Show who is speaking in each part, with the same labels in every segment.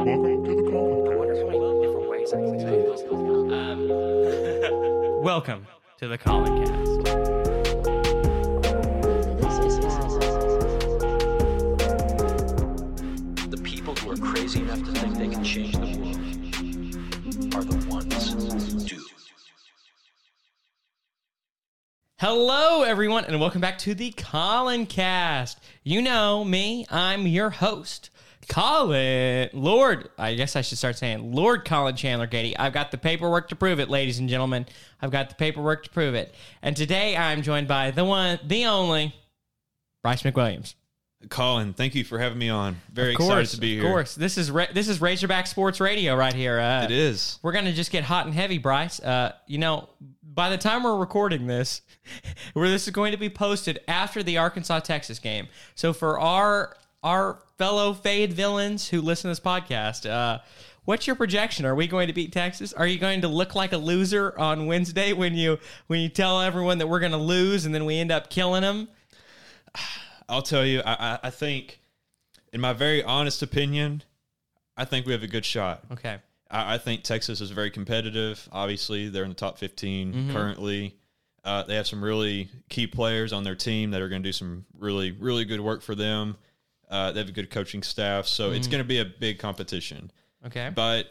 Speaker 1: Welcome to the Common Core.
Speaker 2: Welcome to the Colin Cast.
Speaker 3: Uh, The people who are crazy enough to think they can change the world are the ones who do.
Speaker 2: Hello, everyone, and welcome back to the Colin Cast. You know me, I'm your host, Colin. Lord, I guess I should start saying Lord Colin Chandler Gady. I've got the paperwork to prove it, ladies and gentlemen. I've got the paperwork to prove it. And today I'm joined by the one, the only, Bryce McWilliams.
Speaker 4: Colin, thank you for having me on. Very
Speaker 2: Of course,
Speaker 4: excited to be here.
Speaker 2: Of course, this is Ra- this is Razorback Sports Radio right here. Uh,
Speaker 4: It is.
Speaker 2: we're gonna just get hot and heavy, Bryce. Uh, you know, by the time we're recording this, where this is going to be posted after the Arkansas Texas game. So for our our fellow fade villains who listen to this podcast, uh, what's your projection? Are we going to beat Texas? Are you going to look like a loser on Wednesday when you when you tell everyone that we're gonna lose and then we end up killing them?
Speaker 4: I'll tell you, I, I, I think, in my very honest opinion, I think we have a good shot.
Speaker 2: Okay.
Speaker 4: I, I think Texas is very competitive. Obviously, they're in the top 15
Speaker 2: Mm-hmm.
Speaker 4: currently. Uh, they have some really key players on their team that are going to do some really, really good work for them. Uh, they have a good coaching staff. So it's
Speaker 2: Mm-hmm.
Speaker 4: going to be a big competition.
Speaker 2: Okay.
Speaker 4: But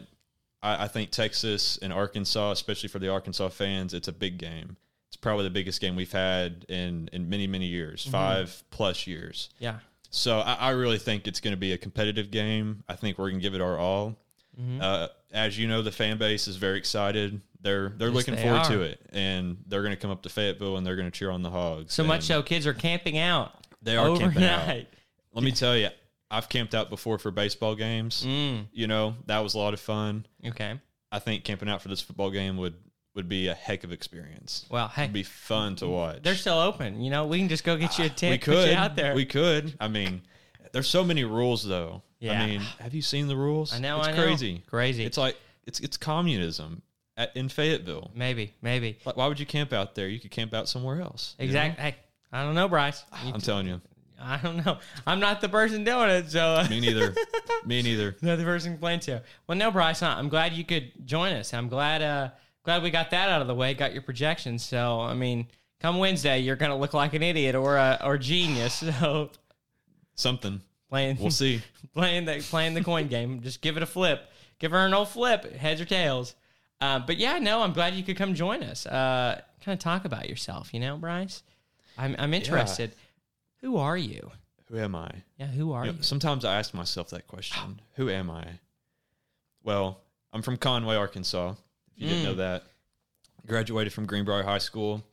Speaker 4: I, I think Texas and Arkansas, especially for the Arkansas fans, it's a big game. It's probably the biggest game we've had in in many many years,
Speaker 2: Mm-hmm.
Speaker 4: five plus years.
Speaker 2: yeah.
Speaker 4: So I, I really think it's going to be a competitive game. I think we're going to give it our all.
Speaker 2: Mm-hmm.
Speaker 4: Uh, as you know, the fan base is very excited. They're they're looking
Speaker 2: they
Speaker 4: forward to
Speaker 2: are.
Speaker 4: it, and they're going to come up to Fayetteville and they're going to cheer on the Hogs.
Speaker 2: So much
Speaker 4: And
Speaker 2: so, kids are camping out.
Speaker 4: they are camping out.
Speaker 2: overnight.
Speaker 4: Let me tell you, I've camped out before for baseball games.
Speaker 2: Mm,
Speaker 4: You know that was a lot of fun.
Speaker 2: okay.
Speaker 4: I think camping out for this football game would would be a heck of experience.
Speaker 2: Well, hey,
Speaker 4: It'd be fun to watch.
Speaker 2: They're still open. You know, we can just go get you a
Speaker 4: Ah, we
Speaker 2: tent. put
Speaker 4: could
Speaker 2: you out there.
Speaker 4: We could. I mean, there's so many rules though.
Speaker 2: Yeah.
Speaker 4: I mean, have you seen the rules?
Speaker 2: I know.
Speaker 4: It's
Speaker 2: I know.
Speaker 4: crazy.
Speaker 2: Crazy.
Speaker 4: It's like it's it's communism at, in Fayetteville.
Speaker 2: maybe, maybe.
Speaker 4: Like, why would you camp out there? You could camp out somewhere else. you know?
Speaker 2: Exactly. Hey, I don't know, Bryce. You-
Speaker 4: Ah, I'm telling you.
Speaker 2: I don't know. I'm not the person doing it, so uh,
Speaker 4: Me neither. Me neither.
Speaker 2: not the person playing to. Well, no, Bryce. Not. I'm glad you could join us. I'm glad. Uh, glad we got that out of the way. Got your projections. So, I mean, come Wednesday, you're gonna look like an idiot or a or genius. So,
Speaker 4: Something.
Speaker 2: playing
Speaker 4: We'll see.
Speaker 2: playing the playing the coin game. Just give it a flip. Give her an old flip, heads or tails. Uh, but yeah, no, I'm glad you could come join us. Uh, kind of talk about yourself, you know, Bryce. I'm I'm interested. Who are you?
Speaker 4: Who am I?
Speaker 2: Yeah, who are
Speaker 4: You know,
Speaker 2: you?
Speaker 4: sometimes I ask myself that question. Who am I? Well, I'm from Conway, Arkansas. If you didn't
Speaker 2: Mm.
Speaker 4: know that, graduated from Greenbrier High School.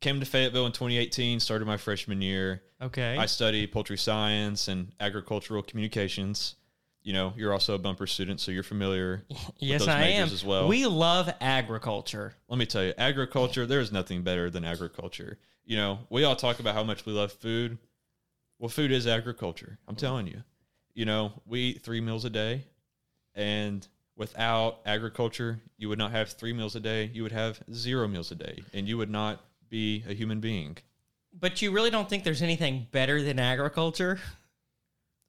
Speaker 4: Came to Fayetteville in 2018. Started my freshman year.
Speaker 2: Okay.
Speaker 4: I study poultry science and agricultural communications. You know, you're also a bumper student, so you're familiar.
Speaker 2: yes,
Speaker 4: those
Speaker 2: I am.
Speaker 4: majors as well.
Speaker 2: We love agriculture.
Speaker 4: Let me tell you, agriculture. There is nothing better than agriculture. You know, we all talk about how much we love food. Well, food is agriculture. I'm telling you. You know, we eat three meals a day, and without agriculture, you would not have three meals a day. You would have zero meals a day, and you would not be a human being.
Speaker 2: But you really don't think there's anything better than agriculture?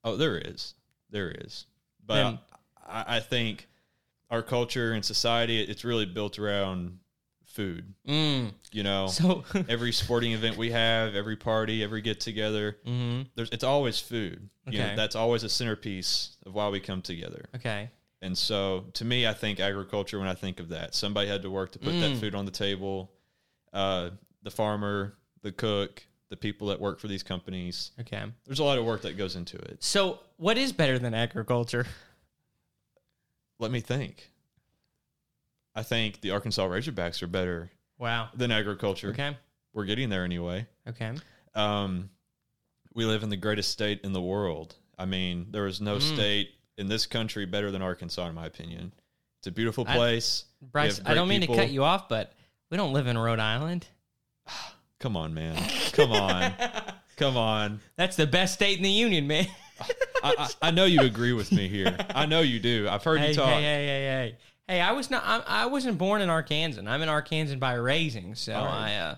Speaker 4: Oh, there is, there is. But
Speaker 2: Then-
Speaker 4: I, I think our culture and society, it's really built around food.
Speaker 2: Mm.
Speaker 4: You know,
Speaker 2: So,
Speaker 4: every sporting event we have, every party, every get together,
Speaker 2: Mhm.
Speaker 4: there's it's always food. You
Speaker 2: Okay.
Speaker 4: know, that's always a centerpiece of why we come together.
Speaker 2: okay.
Speaker 4: And so, to me, I think agriculture. When I think of that, somebody had to work to put
Speaker 2: Mm.
Speaker 4: that food on the table. Uh, the farmer, the cook, the people that work for these companies.
Speaker 2: Okay.
Speaker 4: There's a lot of work that goes into it.
Speaker 2: So, what is better than agriculture?
Speaker 4: Let me think. I think the Arkansas Razorbacks are better
Speaker 2: Wow.
Speaker 4: than agriculture.
Speaker 2: Okay.
Speaker 4: We're getting there anyway.
Speaker 2: Okay.
Speaker 4: Um, we live in the greatest state in the world. I mean, there is
Speaker 2: Mm.
Speaker 4: no state in this country better than Arkansas, in my opinion. It's a beautiful
Speaker 2: I-
Speaker 4: place. We
Speaker 2: Bryce,
Speaker 4: have
Speaker 2: I
Speaker 4: great
Speaker 2: don't mean
Speaker 4: people.
Speaker 2: to cut you off, but we don't live in Rhode Island.
Speaker 4: Come on, man. Come on. Come on.
Speaker 2: That's the best state in the union, man.
Speaker 4: I, I, I know you agree with me here. I know you do. I've heard
Speaker 2: hey, hey,
Speaker 4: you talk.
Speaker 2: hey, hey, hey, hey! I was not. I, I wasn't born in Arkansas. I'm in Arkansas by raising, so
Speaker 4: All right.
Speaker 2: I. Uh,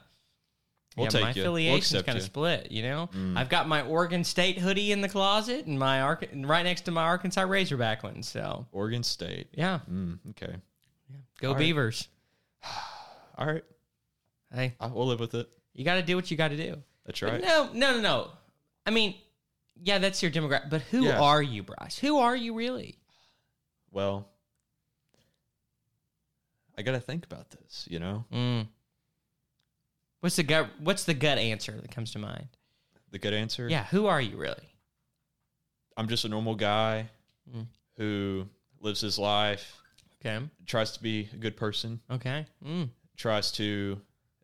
Speaker 4: We'll
Speaker 2: yeah,
Speaker 4: take
Speaker 2: my
Speaker 4: you. We'll
Speaker 2: affiliation's
Speaker 4: accept
Speaker 2: kind
Speaker 4: you. Mm.
Speaker 2: of split. You know, I've got my Oregon State hoodie in the closet, and my Ar- and right next to my Arkansas Razorback one. So
Speaker 4: Oregon State.
Speaker 2: yeah,
Speaker 4: Mm, okay.
Speaker 2: go
Speaker 4: All right.
Speaker 2: Beavers.
Speaker 4: All right.
Speaker 2: Hey,
Speaker 4: I, we'll live with it.
Speaker 2: you got to do what you got to do.
Speaker 4: That's right.
Speaker 2: No, no, no, no. I mean, yeah, that's your demographic. But who
Speaker 4: Yeah.
Speaker 2: are you, Bryce? Who are you really?
Speaker 4: Well, I got to think about this, you know?
Speaker 2: Mm. What's the gut? What's the gut answer that comes to mind?
Speaker 4: The good answer?
Speaker 2: Yeah, who are you really?
Speaker 4: I'm just a normal guy
Speaker 2: Mm.
Speaker 4: who lives his life,
Speaker 2: Okay.
Speaker 4: tries to be a good person,
Speaker 2: Okay. Mm.
Speaker 4: tries to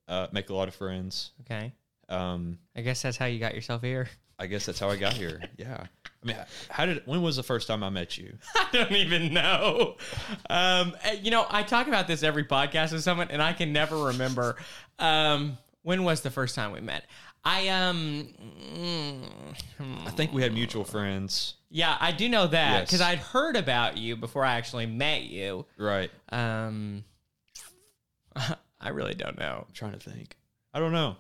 Speaker 4: uh, make a lot of friends.
Speaker 2: Okay.
Speaker 4: Um,
Speaker 2: I guess that's how you got yourself here.
Speaker 4: I guess that's how I got here. Yeah. I mean, how did, when was the first time I met you?
Speaker 2: I don't even know. Um, eh, you know, I talk about this every podcast with someone, and I can never remember. Um, when was the first time we met? I um, mm,
Speaker 4: I think we had mutual friends.
Speaker 2: yeah, I do know that
Speaker 4: Yes.
Speaker 2: because I'd heard about you before I actually met you.
Speaker 4: Right. I'm
Speaker 2: Um, I really don't know.
Speaker 4: trying to think. I don't know.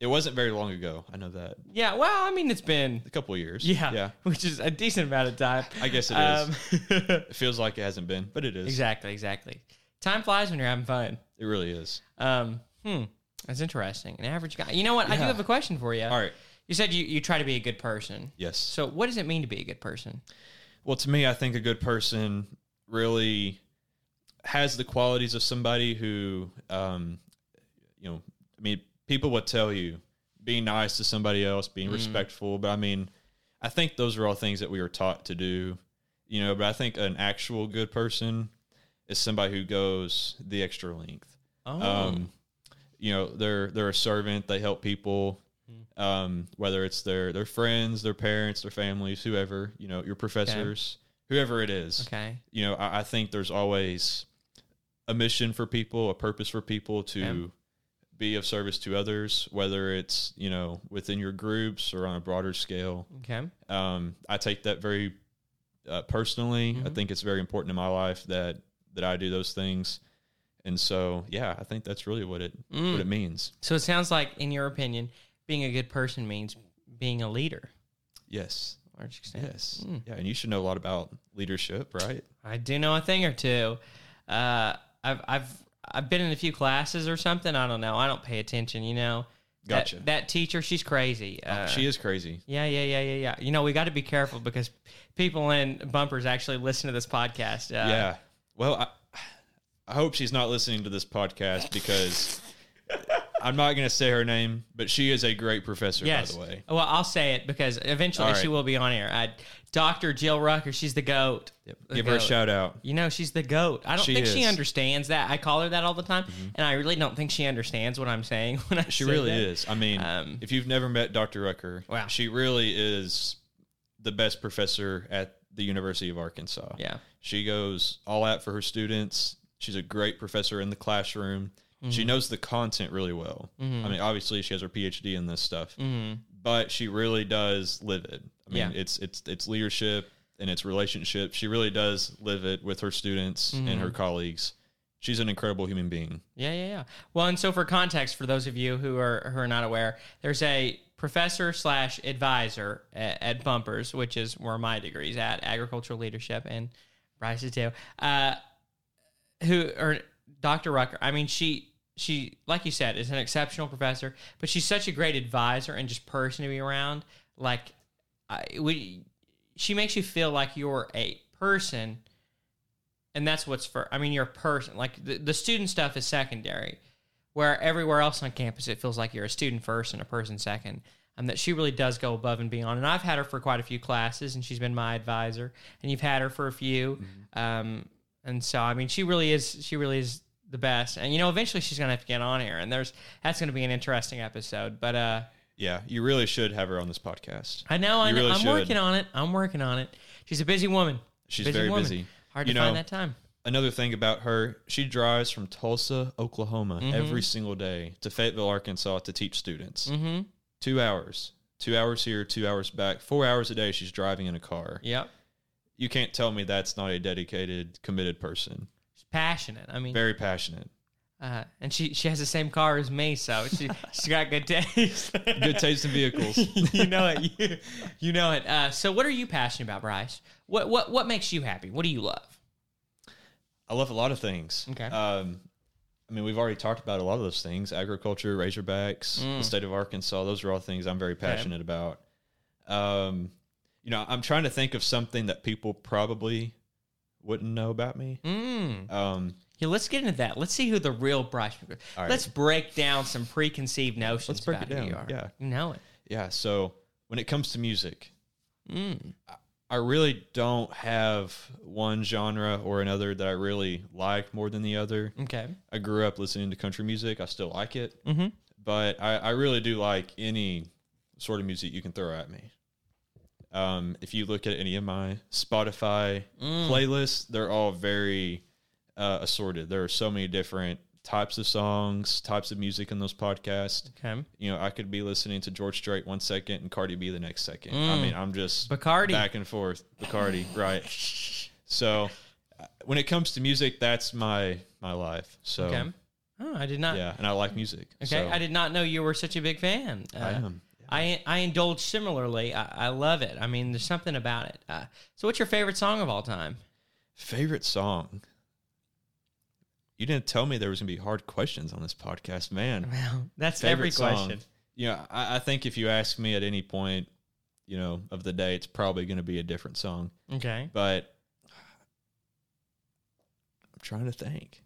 Speaker 4: It wasn't very long ago. I know that.
Speaker 2: Yeah, well, I mean, it's been
Speaker 4: A couple of years.
Speaker 2: yeah,
Speaker 4: Yeah.
Speaker 2: which is a decent amount of time. Um,
Speaker 4: I guess it is. It feels like it hasn't been, but it is.
Speaker 2: exactly, exactly. Time flies when you're having fun.
Speaker 4: It really is.
Speaker 2: Um, hmm, that's interesting. An average guy. You know what? I do
Speaker 4: Yeah.
Speaker 2: have a question for you.
Speaker 4: All right.
Speaker 2: You said you, you try to be a good person.
Speaker 4: Yes.
Speaker 2: So, what does it mean to be a good person?
Speaker 4: Well, to me, I think a good person really has the qualities of somebody who, um, you know, I mean, people would tell you being nice to somebody else, being respectful, but I mean, I think those are all things that we were taught to do, you know, but I think an actual good person is somebody who goes the extra length.
Speaker 2: Oh,
Speaker 4: Um, you know, they're they're a servant, they help people.
Speaker 2: Hmm.
Speaker 4: Um, whether it's their their friends, their parents, their families, whoever, you know, your professors, whoever it is.
Speaker 2: okay.
Speaker 4: You know, I, I think there's always a mission for people, a purpose for people to
Speaker 2: Yeah.
Speaker 4: be of service to others, whether it's, you know, within your groups or on a broader scale.
Speaker 2: Okay.
Speaker 4: Um, I take that very uh, personally. I
Speaker 2: Mhm.
Speaker 4: think it's very important in my life that that I do those things. And so, yeah, I think that's really what it
Speaker 2: Mm.
Speaker 4: what it means.
Speaker 2: So, it sounds like, in your opinion, being a good person means being a leader.
Speaker 4: Yes.
Speaker 2: to a Large extent.
Speaker 4: Yes.
Speaker 2: Mm.
Speaker 4: Yeah, and you should know a lot about leadership, right?
Speaker 2: I do know a thing or two. Uh, I've I've I've been in a few classes or something. I don't know. I don't pay attention. You know. That-
Speaker 4: Gotcha. Oh,
Speaker 2: That, teacher, she's crazy. Uh,
Speaker 4: she is crazy.
Speaker 2: Yeah, yeah, yeah, yeah, yeah. You know, we got to be careful because people in bumpers actually listen to this podcast. Uh,
Speaker 4: yeah. Well, I, I hope she's not listening to this podcast because I'm not going to say her name, but she is a great professor,
Speaker 2: Yes.
Speaker 4: by the way.
Speaker 2: Well, I'll say it because eventually
Speaker 4: All right.
Speaker 2: she will be on air. I, Dr. Jill Rucker, she's the goat. The
Speaker 4: Give her a
Speaker 2: goat.
Speaker 4: shout out.
Speaker 2: You know, she's the goat. I don't
Speaker 4: She
Speaker 2: think she
Speaker 4: is. Mm-hmm.
Speaker 2: understands that. I call her that all the time, and I really don't think she understands what I'm saying when I
Speaker 4: She
Speaker 2: say
Speaker 4: really
Speaker 2: that.
Speaker 4: is. I mean,
Speaker 2: Um,
Speaker 4: if you've never met Dr. Rucker,
Speaker 2: Wow.
Speaker 4: she really is the best professor at the University of Arkansas.
Speaker 2: Yeah.
Speaker 4: She goes all out for her students. She's a great professor in the classroom. She
Speaker 2: Mm-hmm.
Speaker 4: knows the content really well. I mean, obviously she has her PhD in this stuff,
Speaker 2: Mm-hmm.
Speaker 4: but she really does live it. I mean,
Speaker 2: Mm. Yeah.
Speaker 4: it's it's it's leadership and it's relationship. She really does live it with her students
Speaker 2: Mm-hmm.
Speaker 4: and her colleagues. She's an incredible human being.
Speaker 2: Yeah, yeah, yeah. Well, and so for context, for those of you who are who are not aware, there's a professor slash advisor at, at Bumpers, which is where my degree's at, agricultural leadership, and Bryce's too. Uh, who or Dr. Rucker? I mean, she she like you said is an exceptional professor, but she's such a great advisor and just person to be around. Like, I, we, she makes you feel like you're a person and that's what's for i mean you're a person like the, the student stuff is secondary where everywhere else on campus it feels like you're a student first and a person second and that she really does go above and beyond and i've had her for quite a few classes and she's been my advisor and you've had her for a few
Speaker 4: Mm-hmm.
Speaker 2: um, and so i mean she really is she really is the best and you know eventually she's gonna have to get on here and there's that's gonna be an interesting episode but uh
Speaker 4: Yeah, you really should have her on this podcast.
Speaker 2: i know I
Speaker 4: You
Speaker 2: know
Speaker 4: really
Speaker 2: i'm
Speaker 4: should.
Speaker 2: working on it i'm working on it she's a busy woman
Speaker 4: She's
Speaker 2: busy
Speaker 4: very
Speaker 2: woman.
Speaker 4: busy.
Speaker 2: hard
Speaker 4: You
Speaker 2: to
Speaker 4: know,
Speaker 2: find that time
Speaker 4: another thing about her, she drives from Tulsa, Oklahoma every single day to Fayetteville, Arkansas to teach students.
Speaker 2: mm-hmm
Speaker 4: Two hours. Two hours here, two hours back, four hours a day she's driving in a car.
Speaker 2: yep
Speaker 4: You can't tell me that's not a dedicated, committed person.
Speaker 2: passionate. I mean,
Speaker 4: Very passionate.
Speaker 2: Uh, and she, she has the same car as me, so she she's got good taste.
Speaker 4: Good taste in vehicles.
Speaker 2: you know it. You, you know it. Uh, so, what are you passionate about, Bryce? What what what makes you happy? What do you love?
Speaker 4: I love a lot of things.
Speaker 2: Okay.
Speaker 4: Um, I mean, we've already talked about a lot of those things: agriculture, Razorbacks, the
Speaker 2: Mm.
Speaker 4: state of Arkansas. Those are all things I'm very passionate about. Um, you know, I'm trying to think of something that people probably wouldn't know about me.
Speaker 2: Mm.
Speaker 4: Um,
Speaker 2: Yeah, let's get into that. Let's see who the real Bryce. McGr-
Speaker 4: All right.
Speaker 2: Let's break down some preconceived notions
Speaker 4: Let's break
Speaker 2: about
Speaker 4: it
Speaker 2: who you
Speaker 4: down,
Speaker 2: are.
Speaker 4: yeah.
Speaker 2: you know it.
Speaker 4: yeah. So when it comes to music,
Speaker 2: Mm.
Speaker 4: I really don't have one genre or another that I really like more than the other.
Speaker 2: Okay.
Speaker 4: I grew up listening to country music. I still like it,
Speaker 2: Mm-hmm.
Speaker 4: but I, I really do like any sort of music you can throw at me. Um, if you look at any of my Spotify
Speaker 2: Mm.
Speaker 4: playlists, they're all very uh, assorted. There are so many different types of songs, types of music in those podcasts.
Speaker 2: Okay.
Speaker 4: You know, I could be listening to George Strait one second and Cardi B the next second.
Speaker 2: Mm.
Speaker 4: I mean, I'm just
Speaker 2: Bacardi.
Speaker 4: back and forth. Bacardi, right? So, uh, when it comes to music, that's my my life. So,
Speaker 2: Okay. Oh, I did not.
Speaker 4: yeah, and I like music.
Speaker 2: Okay,
Speaker 4: so
Speaker 2: I did not know you were such a big fan. Uh,
Speaker 4: I am.
Speaker 2: I I indulge similarly. I, I love it. I mean, there's something about it. Uh, so, what's your favorite song of all time?
Speaker 4: Favorite song? You didn't tell me there was gonna be hard questions on this podcast, man.
Speaker 2: Well, that's every
Speaker 4: Favorite
Speaker 2: question.
Speaker 4: Song. You know, I, I think if you ask me at any point, you know, of the day, it's probably gonna be a different song.
Speaker 2: Okay.
Speaker 4: But I'm trying to think.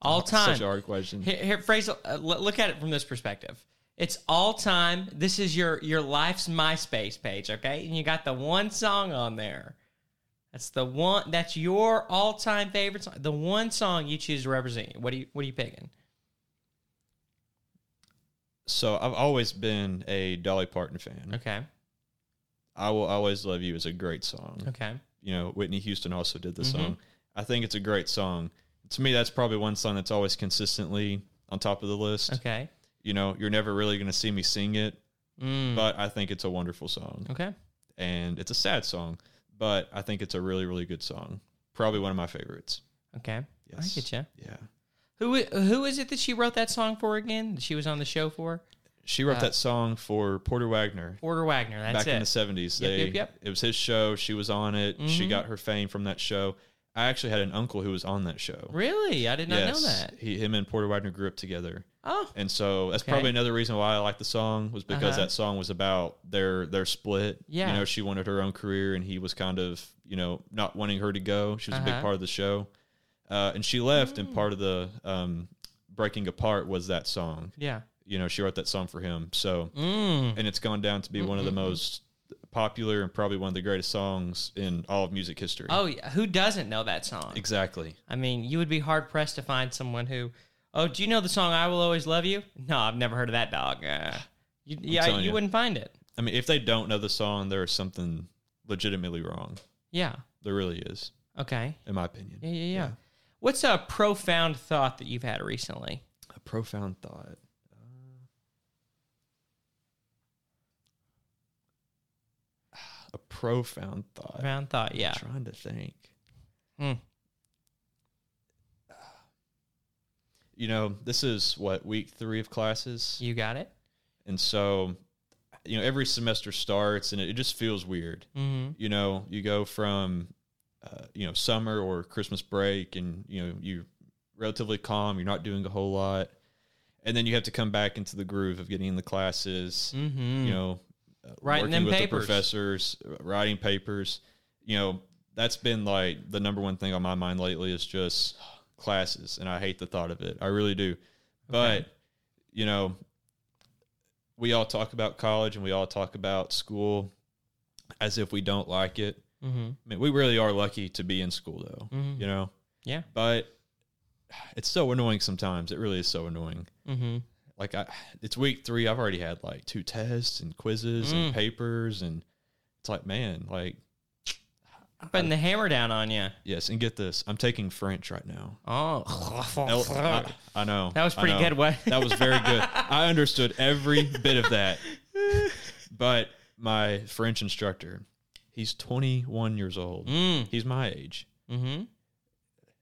Speaker 2: All time.
Speaker 4: Such a hard question.
Speaker 2: Here, here phrase. Uh, l- look at it from this perspective. It's all time. This is your your life's MySpace page, okay? And you got the one song on there. That's the one. That's your all time favorite song. The one song you choose to represent. you. What do you What are you picking?
Speaker 4: So I've always been a Dolly Parton fan.
Speaker 2: Okay.
Speaker 4: I will always love you is a great song.
Speaker 2: Okay.
Speaker 4: You know, Whitney Houston also did the
Speaker 2: Mhm.
Speaker 4: song. I think it's a great song. To me, that's probably one song that's always consistently on top of the list.
Speaker 2: Okay.
Speaker 4: You know, you're never really going to see me sing it,
Speaker 2: Mm.
Speaker 4: but I think it's a wonderful song.
Speaker 2: okay.
Speaker 4: And it's a sad song, but I think it's a really, really good song. Probably one of my favorites.
Speaker 2: Okay.
Speaker 4: Yes.
Speaker 2: I get you.
Speaker 4: Yeah.
Speaker 2: Who i- Who is it that she wrote that song for again? That she was on the show for
Speaker 4: She wrote
Speaker 2: Uh,
Speaker 4: that song for Porter Wagner
Speaker 2: Porter Wagner. That's
Speaker 4: back in the
Speaker 2: it.
Speaker 4: 70s.
Speaker 2: Yep,
Speaker 4: they,
Speaker 2: yep, yep.
Speaker 4: It was his show. She was on it. She
Speaker 2: Mhm.
Speaker 4: got her fame from that show. I actually had an uncle who was on that show.
Speaker 2: really, I did not know that.
Speaker 4: He, him and Porter Wagner grew up together,
Speaker 2: Oh,
Speaker 4: and so that's
Speaker 2: Okay.
Speaker 4: probably another reason why I like the song was because
Speaker 2: Uh-huh.
Speaker 4: that song was about their their split.
Speaker 2: Yeah.
Speaker 4: you know, she wanted her own career, and he was kind of you know not wanting her to go. She was a
Speaker 2: Uh-huh. Mm.
Speaker 4: big part of the show, uh, and she left. And part of the um, breaking apart was that song.
Speaker 2: yeah.
Speaker 4: You know, she wrote that song for him. So,
Speaker 2: Mm.
Speaker 4: and it's gone down to be one of the most popular and probably one of the greatest songs in all of music history.
Speaker 2: Oh, yeah. who doesn't know that song?
Speaker 4: exactly.
Speaker 2: I mean, you would be hard pressed to find someone who, oh, do you know the song "I Will Always Love You"? No, I've never heard of that dog. Uh, you, yeah,
Speaker 4: telling
Speaker 2: you,
Speaker 4: you.
Speaker 2: wouldn't find it.
Speaker 4: I mean, if they don't know the song, there is something legitimately wrong.
Speaker 2: Yeah.
Speaker 4: There really is,
Speaker 2: Okay.
Speaker 4: in my opinion.
Speaker 2: Yeah, yeah, yeah. What's a profound thought that you've had recently?
Speaker 4: A profound thought. Uh, A profound thought.
Speaker 2: Profound thought. Yeah.
Speaker 4: I'm trying to think.
Speaker 2: Hmm.
Speaker 4: You know, this is what week three of classes,
Speaker 2: You got it.
Speaker 4: and so you know every semester starts, and it, it just feels weird.
Speaker 2: Mm-hmm.
Speaker 4: you know you go from uh, you know summer or christmas break and you know you're relatively calm you're not doing a whole lot and then you have to come back into the groove of getting in the classes
Speaker 2: Mm-hmm.
Speaker 4: you know uh,
Speaker 2: Writing
Speaker 4: working
Speaker 2: them
Speaker 4: with
Speaker 2: papers.
Speaker 4: the professors uh, writing papers you know that's been like the number one thing on my mind lately is just classes and i hate the thought of it i really do but you know we all talk about college and we all talk about school as if we don't like it
Speaker 2: Mm-hmm.
Speaker 4: I mean, we really are lucky to be in school, though.
Speaker 2: Mhm.
Speaker 4: You know.
Speaker 2: Yeah.
Speaker 4: But it's so annoying sometimes. It really is so annoying.
Speaker 2: Mm-hmm.
Speaker 4: Like I, it's week three. I've already had like two tests and quizzes
Speaker 2: Mm.
Speaker 4: and papers, and it's like, man, like
Speaker 2: Putting the hammer down on you.
Speaker 4: yes. And get this, I'm taking French right now.
Speaker 2: Oh,
Speaker 4: El- I, I know
Speaker 2: Uh, that was
Speaker 4: I
Speaker 2: pretty
Speaker 4: know.
Speaker 2: good. What?
Speaker 4: That was very good. I understood every bit of that. But my French instructor, he's 21 years old.
Speaker 2: mm.
Speaker 4: He's my age.
Speaker 2: Mm-hmm.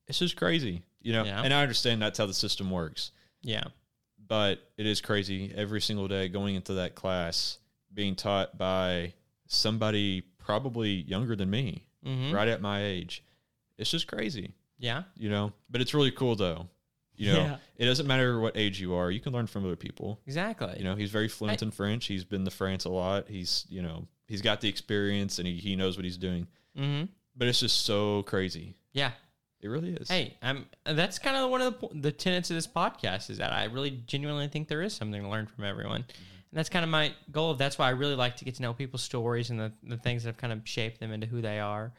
Speaker 4: It's just crazy. You know,
Speaker 2: Yeah.
Speaker 4: and I understand that's how the system works,
Speaker 2: Yeah.
Speaker 4: but it is crazy every single day going into that class being taught by somebody probably younger than me,
Speaker 2: hmm
Speaker 4: right at my age. It's just crazy,
Speaker 2: Yeah.
Speaker 4: you know. But it's really cool though. You know,
Speaker 2: Yeah.
Speaker 4: it doesn't matter what age you are, you can learn from other people.
Speaker 2: Exactly.
Speaker 4: You know, he's very fluent in French. He's been to France a lot. He's, you know, he's got the experience and he, he knows what he's doing.
Speaker 2: hmm
Speaker 4: But it's just so crazy.
Speaker 2: Yeah.
Speaker 4: It really is.
Speaker 2: Hey, um, that's kind of one of the, po- the tenets of this podcast is that I really genuinely think there is something to learn from everyone.
Speaker 4: Mm-hmm.
Speaker 2: And that's kind of my goal. That's why I really like to get to know people's stories and the, the things that have kind of shaped them into who they are.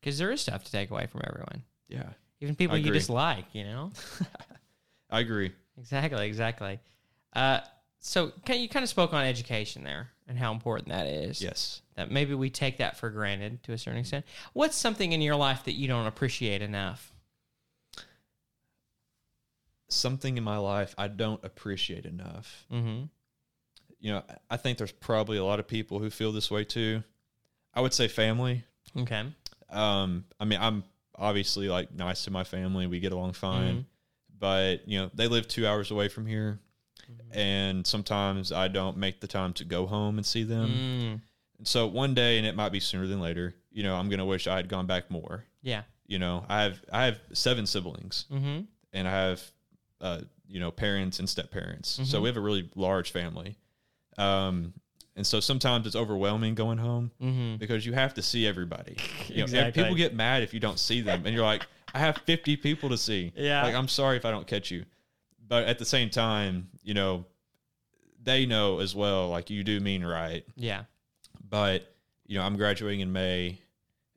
Speaker 2: Because there is stuff to take away from everyone,
Speaker 4: Yeah.
Speaker 2: even people you
Speaker 4: agree.
Speaker 2: dislike, you know?
Speaker 4: I agree.
Speaker 2: Exactly, exactly. Uh, so can, you kind of spoke on education there and how important that is.
Speaker 4: Yes.
Speaker 2: That maybe we take that for granted to a certain extent. What's something in your life that you don't appreciate enough?
Speaker 4: Something in my life I don't appreciate enough.
Speaker 2: Mm-hmm.
Speaker 4: You know, I think there's probably a lot of people who feel this way too. I would say family.
Speaker 2: Okay.
Speaker 4: Um, I mean, I'm obviously like nice to my family. We get along fine.
Speaker 2: Mhm.
Speaker 4: But, you know, they live two hours away from here. And sometimes I don't make the time to go home and see them.
Speaker 2: Mm,
Speaker 4: And so one day, and it might be sooner than later, you know, I'm gonna wish I had gone back more.
Speaker 2: yeah.
Speaker 4: You know, I have I have seven siblings,
Speaker 2: Mm-hmm.
Speaker 4: and I have, uh, you know, parents and step parents. So
Speaker 2: Mm-hmm.
Speaker 4: we have a really large family, um, and so sometimes it's overwhelming going home
Speaker 2: Mm-hmm.
Speaker 4: because you have to see everybody. You know, and
Speaker 2: Exactly.
Speaker 4: people get mad if you don't see them, and you're like, I have 50 people to see.
Speaker 2: Yeah.
Speaker 4: like I'm sorry if I don't catch you, but at the same time, you know, they know as well. Like you do mean right
Speaker 2: Yeah.
Speaker 4: but you know i'm graduating in may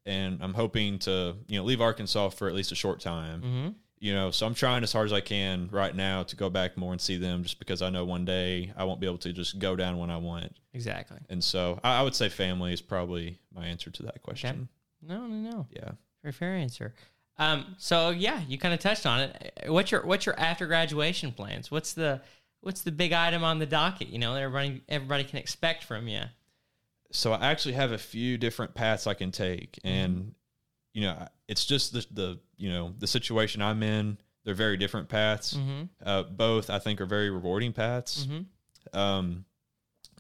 Speaker 4: and i'm hoping to you know leave arkansas for at least a short time
Speaker 2: Mm-hmm.
Speaker 4: you know so i'm trying as hard as i can right now to go back more and see them just because i know one day i won't be able to just go down when i want
Speaker 2: Exactly.
Speaker 4: and so i, I would say family is probably my answer to that question
Speaker 2: No, no, no.
Speaker 4: yeah
Speaker 2: Very fair answer. Um, so yeah, you kind of touched on it. Uh, What's your what's your after graduation plans? What's the what's the big item on the docket? You know, that everybody everybody can expect from you.
Speaker 4: so i actually have a few different paths i can take
Speaker 2: Mm-hmm.
Speaker 4: and you know I- it's just the, the you know the situation i'm in they're very different paths
Speaker 2: Mm-hmm.
Speaker 4: uh, both i think are very rewarding paths
Speaker 2: Mm-hmm.
Speaker 4: um,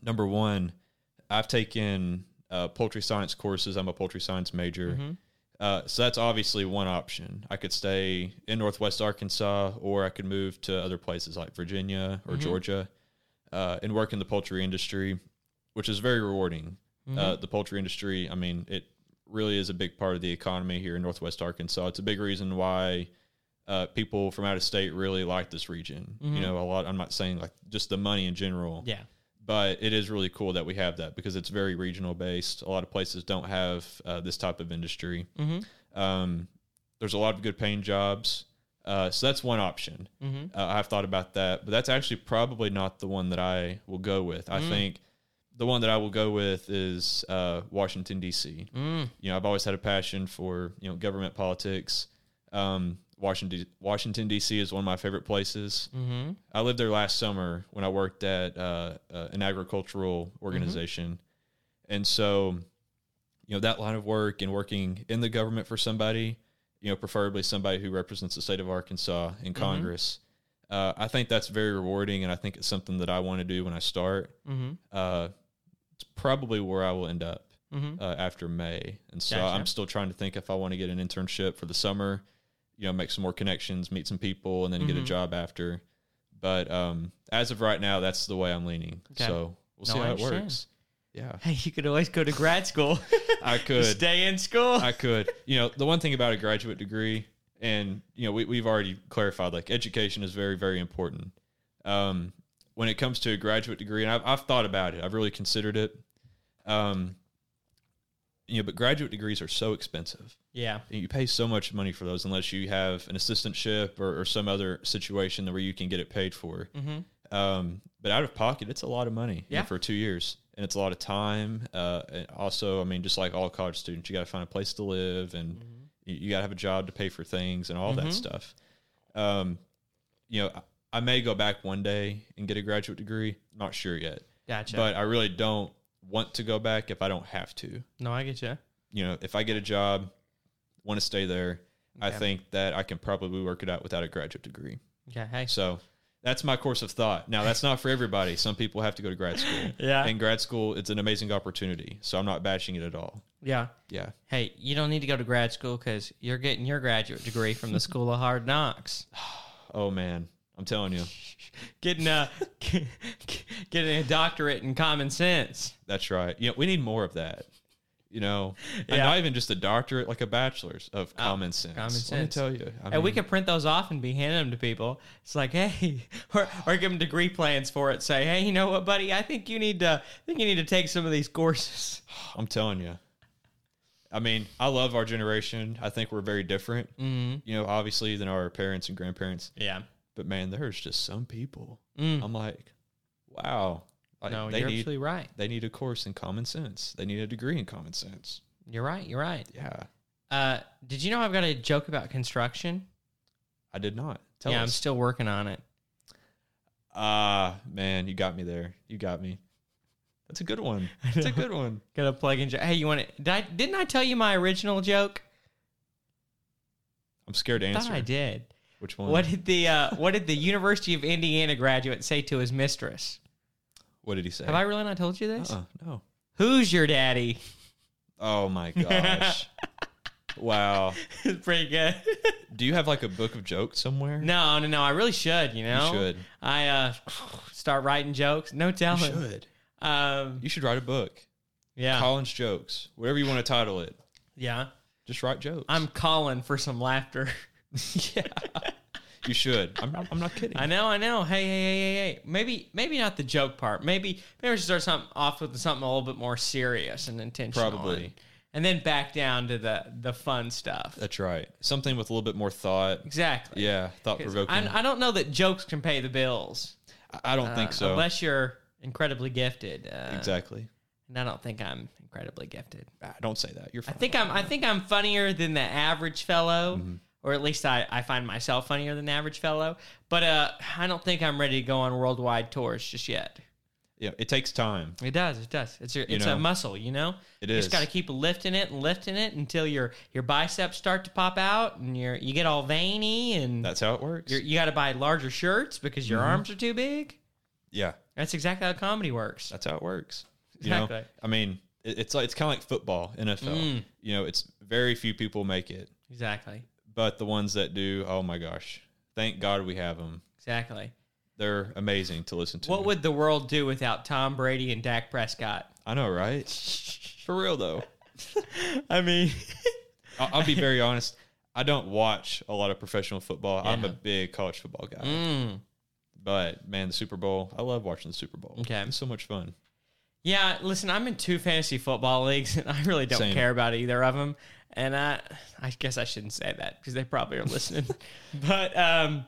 Speaker 4: number one, I've taken uh, poultry science courses. I'm a poultry science major.
Speaker 2: Mhm.
Speaker 4: Uh, so that's obviously one option. I could stay in Northwest Arkansas, or I could move to other places like Virginia or Georgia uh, and work in the poultry industry, which is very rewarding.
Speaker 2: Mm-hmm.
Speaker 4: Uh, the poultry industry, I mean, it really is a big part of the economy here in Northwest Arkansas. It's a big reason why uh, people from out of state really like this region. You know, a lot. I'm not saying like just the money in general,
Speaker 2: Yeah.
Speaker 4: but it is really cool that we have that because it's very regional based. A lot of places don't have uh, this type of industry. Um, there's a lot of good paying jobs. Uh, so that's one option.
Speaker 2: Mm-hmm.
Speaker 4: Uh, I've thought about that, but that's actually probably not the one that I will go with. I think the one that I will go with is uh, Washington D.C.
Speaker 2: Mm.
Speaker 4: You know, I've always had a passion for you know government politics. Um, Washington Washington D.C. is one of my favorite places.
Speaker 2: Mm-hmm.
Speaker 4: I lived there last summer when I worked at uh, uh, an agricultural organization, and so you know that line of work and working in the government for somebody, you know, preferably somebody who represents the state of Arkansas in Congress. Uh, I think that's very rewarding, and I think it's something that I want to do when I start.
Speaker 2: Mm-hmm.
Speaker 4: Uh, it's probably where I will end up
Speaker 2: Mm-hmm.
Speaker 4: uh, after May, and so
Speaker 2: Gotcha.
Speaker 4: I'm still trying to think if I want to get an internship for the summer, you know, make some more connections, meet some people, and then get a
Speaker 2: Mhm.
Speaker 4: job after. But um, as of right now, that's the way I'm leaning.
Speaker 2: Okay.
Speaker 4: So we'll
Speaker 2: No,
Speaker 4: see
Speaker 2: I
Speaker 4: how it
Speaker 2: understand.
Speaker 4: works. Yeah,
Speaker 2: Hey, you could always go to grad school.
Speaker 4: I could,
Speaker 2: Stay in school.
Speaker 4: I could. You know, the one thing about a graduate degree, and you know, we we've already clarified like education is very very important. Um, when it comes to a graduate degree, and I've I've thought about it, I've really considered it. Um, you know, but graduate degrees are so expensive.
Speaker 2: yeah.
Speaker 4: you pay so much money for those unless you have an assistantship or, or some other situation where you can get it paid for.
Speaker 2: Mm-hmm.
Speaker 4: Um, but out of pocket, it's a lot of money you know,
Speaker 2: Yeah.
Speaker 4: for two years, and it's a lot of time. Uh, and also, I mean, just like all college students, you got to find a place to live, and
Speaker 2: Mm-hmm.
Speaker 4: you, you got to have a job to pay for things and all
Speaker 2: Mhm.
Speaker 4: that stuff. Um, you know, I, I may go back one day and get a graduate degree. Not sure yet,
Speaker 2: Gotcha.
Speaker 4: but I really don't want to go back if I don't have to
Speaker 2: no, I get you.
Speaker 4: you know, if I get a job, want to stay there, I
Speaker 2: Okay.
Speaker 4: think that I can probably work it out without a graduate degree.
Speaker 2: Yeah. Hey.
Speaker 4: So that's my course of thought. Now that's not for everybody. Some people have to go to grad school.
Speaker 2: Yeah.
Speaker 4: And grad school, it's an amazing opportunity. So I'm not bashing it at all.
Speaker 2: Yeah.
Speaker 4: Yeah.
Speaker 2: Hey, you don't need to go to grad school because you're getting your graduate degree from the School of Hard Knocks.
Speaker 4: Oh man, I'm telling you,
Speaker 2: Getting a getting a doctorate in common sense.
Speaker 4: that's right. You know, we need more of that. You know, and
Speaker 2: Yeah. Ah,
Speaker 4: not even just a doctorate, like a bachelor's of common sense.
Speaker 2: common
Speaker 4: Let me
Speaker 2: sense.
Speaker 4: tell you. I
Speaker 2: and we
Speaker 4: mean,
Speaker 2: could print those off and be handing them to people. It's like, hey, or, or give them degree plans for it. Say, hey, you know what, buddy? I think you need to. I think you need to take some of these courses.
Speaker 4: I'm telling you. I mean, I love our generation. I think we're very different,
Speaker 2: Mm-hmm.
Speaker 4: you know, obviously than our parents and grandparents.
Speaker 2: Yeah.
Speaker 4: But man, there's just some people.
Speaker 2: Mm.
Speaker 4: I'm like, wow. Like,
Speaker 2: no,
Speaker 4: Oh, they
Speaker 2: you're
Speaker 4: need
Speaker 2: absolutely right.
Speaker 4: they need a course in common sense. They need a degree in common sense.
Speaker 2: You're right. You're right.
Speaker 4: Yeah,
Speaker 2: Uh, did you know I've got a joke about construction?
Speaker 4: I did not. Tell
Speaker 2: yeah, I'm
Speaker 4: us.
Speaker 2: still working on it.
Speaker 4: Ah, man, you got me there. You got me. That's a good one. That's a
Speaker 2: know.
Speaker 4: good one.
Speaker 2: Got a plug in joke. Hey, you want it? Did I, didn't I tell you my original joke?
Speaker 4: I'm scared to
Speaker 2: I
Speaker 4: answer.
Speaker 2: Thought I did.
Speaker 4: Which one?
Speaker 2: What did the uh, What did the University of Indiana graduate say to his mistress?
Speaker 4: What did he say?
Speaker 2: Have I really not told you this?
Speaker 4: Uh-uh, no.
Speaker 2: Who's your daddy?
Speaker 4: Oh my gosh. wow.
Speaker 2: it's pretty good.
Speaker 4: Do you have like a book of jokes somewhere?
Speaker 2: no, no, no. I really should. You know,
Speaker 4: should.
Speaker 2: I uh, start writing jokes. No
Speaker 4: You
Speaker 2: telling.
Speaker 4: should.
Speaker 2: Um,
Speaker 4: You should write a book.
Speaker 2: yeah,
Speaker 4: Collins jokes. Whatever you want to title it.
Speaker 2: yeah.
Speaker 4: Just write jokes.
Speaker 2: I'm calling for some laughter.
Speaker 4: yeah. You should. I'm not, I'm not kidding.
Speaker 2: I know, I know. Hey, hey, hey, hey, hey. Maybe, maybe not the joke part. Maybe, maybe we should start something off with something a little bit more serious and intentional.
Speaker 4: Probably.
Speaker 2: and, and then back down to the the fun stuff.
Speaker 4: That's right. Something with a little bit more thought.
Speaker 2: Exactly.
Speaker 4: Yeah, thought
Speaker 2: 'Cause
Speaker 4: provoking. I,
Speaker 2: I, I don't know that jokes can pay the bills.
Speaker 4: I don't think
Speaker 2: uh,
Speaker 4: so.
Speaker 2: Unless you're incredibly gifted. Uh,
Speaker 4: exactly.
Speaker 2: And I don't think I'm incredibly gifted.
Speaker 4: Ah, Don't say that. You're
Speaker 2: I
Speaker 4: fine.
Speaker 2: think I'm I think I'm funnier than the average fellow.
Speaker 4: Mm-hmm.
Speaker 2: Or at least I, I find myself funnier than the average fellow. But uh, I don't think I'm ready to go on worldwide tours just yet.
Speaker 4: yeah, it takes time.
Speaker 2: It does. It does. It's your,
Speaker 4: You
Speaker 2: it's
Speaker 4: know?
Speaker 2: a muscle, you know.
Speaker 4: It
Speaker 2: you
Speaker 4: is.
Speaker 2: just got to keep lifting it and lifting it until your your biceps start to pop out and you you get all veiny and
Speaker 4: That's Mm-hmm. how it works.
Speaker 2: you're, you got to buy larger shirts because your arms are too big.
Speaker 4: yeah,
Speaker 2: That's exactly how comedy works.
Speaker 4: that's how it works. You know,
Speaker 2: Exactly.
Speaker 4: I mean, it, it's like, it's kind of like football, NFL.
Speaker 2: Mm.
Speaker 4: You know, it's very few people make it,
Speaker 2: Exactly.
Speaker 4: but the ones that do, oh my gosh, thank God we have them.
Speaker 2: Exactly.
Speaker 4: They're amazing to listen to.
Speaker 2: What would the world do without Tom Brady and Dak Prescott?
Speaker 4: I know, right? For real though,
Speaker 2: I mean,
Speaker 4: I, I'll be very honest. I don't watch a lot of professional football. I'm a
Speaker 2: Yeah.
Speaker 4: big college football guy.
Speaker 2: Mm.
Speaker 4: But man, the Super Bowl, I love watching the Super Bowl.
Speaker 2: Okay.
Speaker 4: It's so much fun.
Speaker 2: yeah. Listen, I'm in two fantasy football leagues, and I really don't
Speaker 4: Same.
Speaker 2: care about either of them. And I, I guess I shouldn't say that because they probably are listening. but um,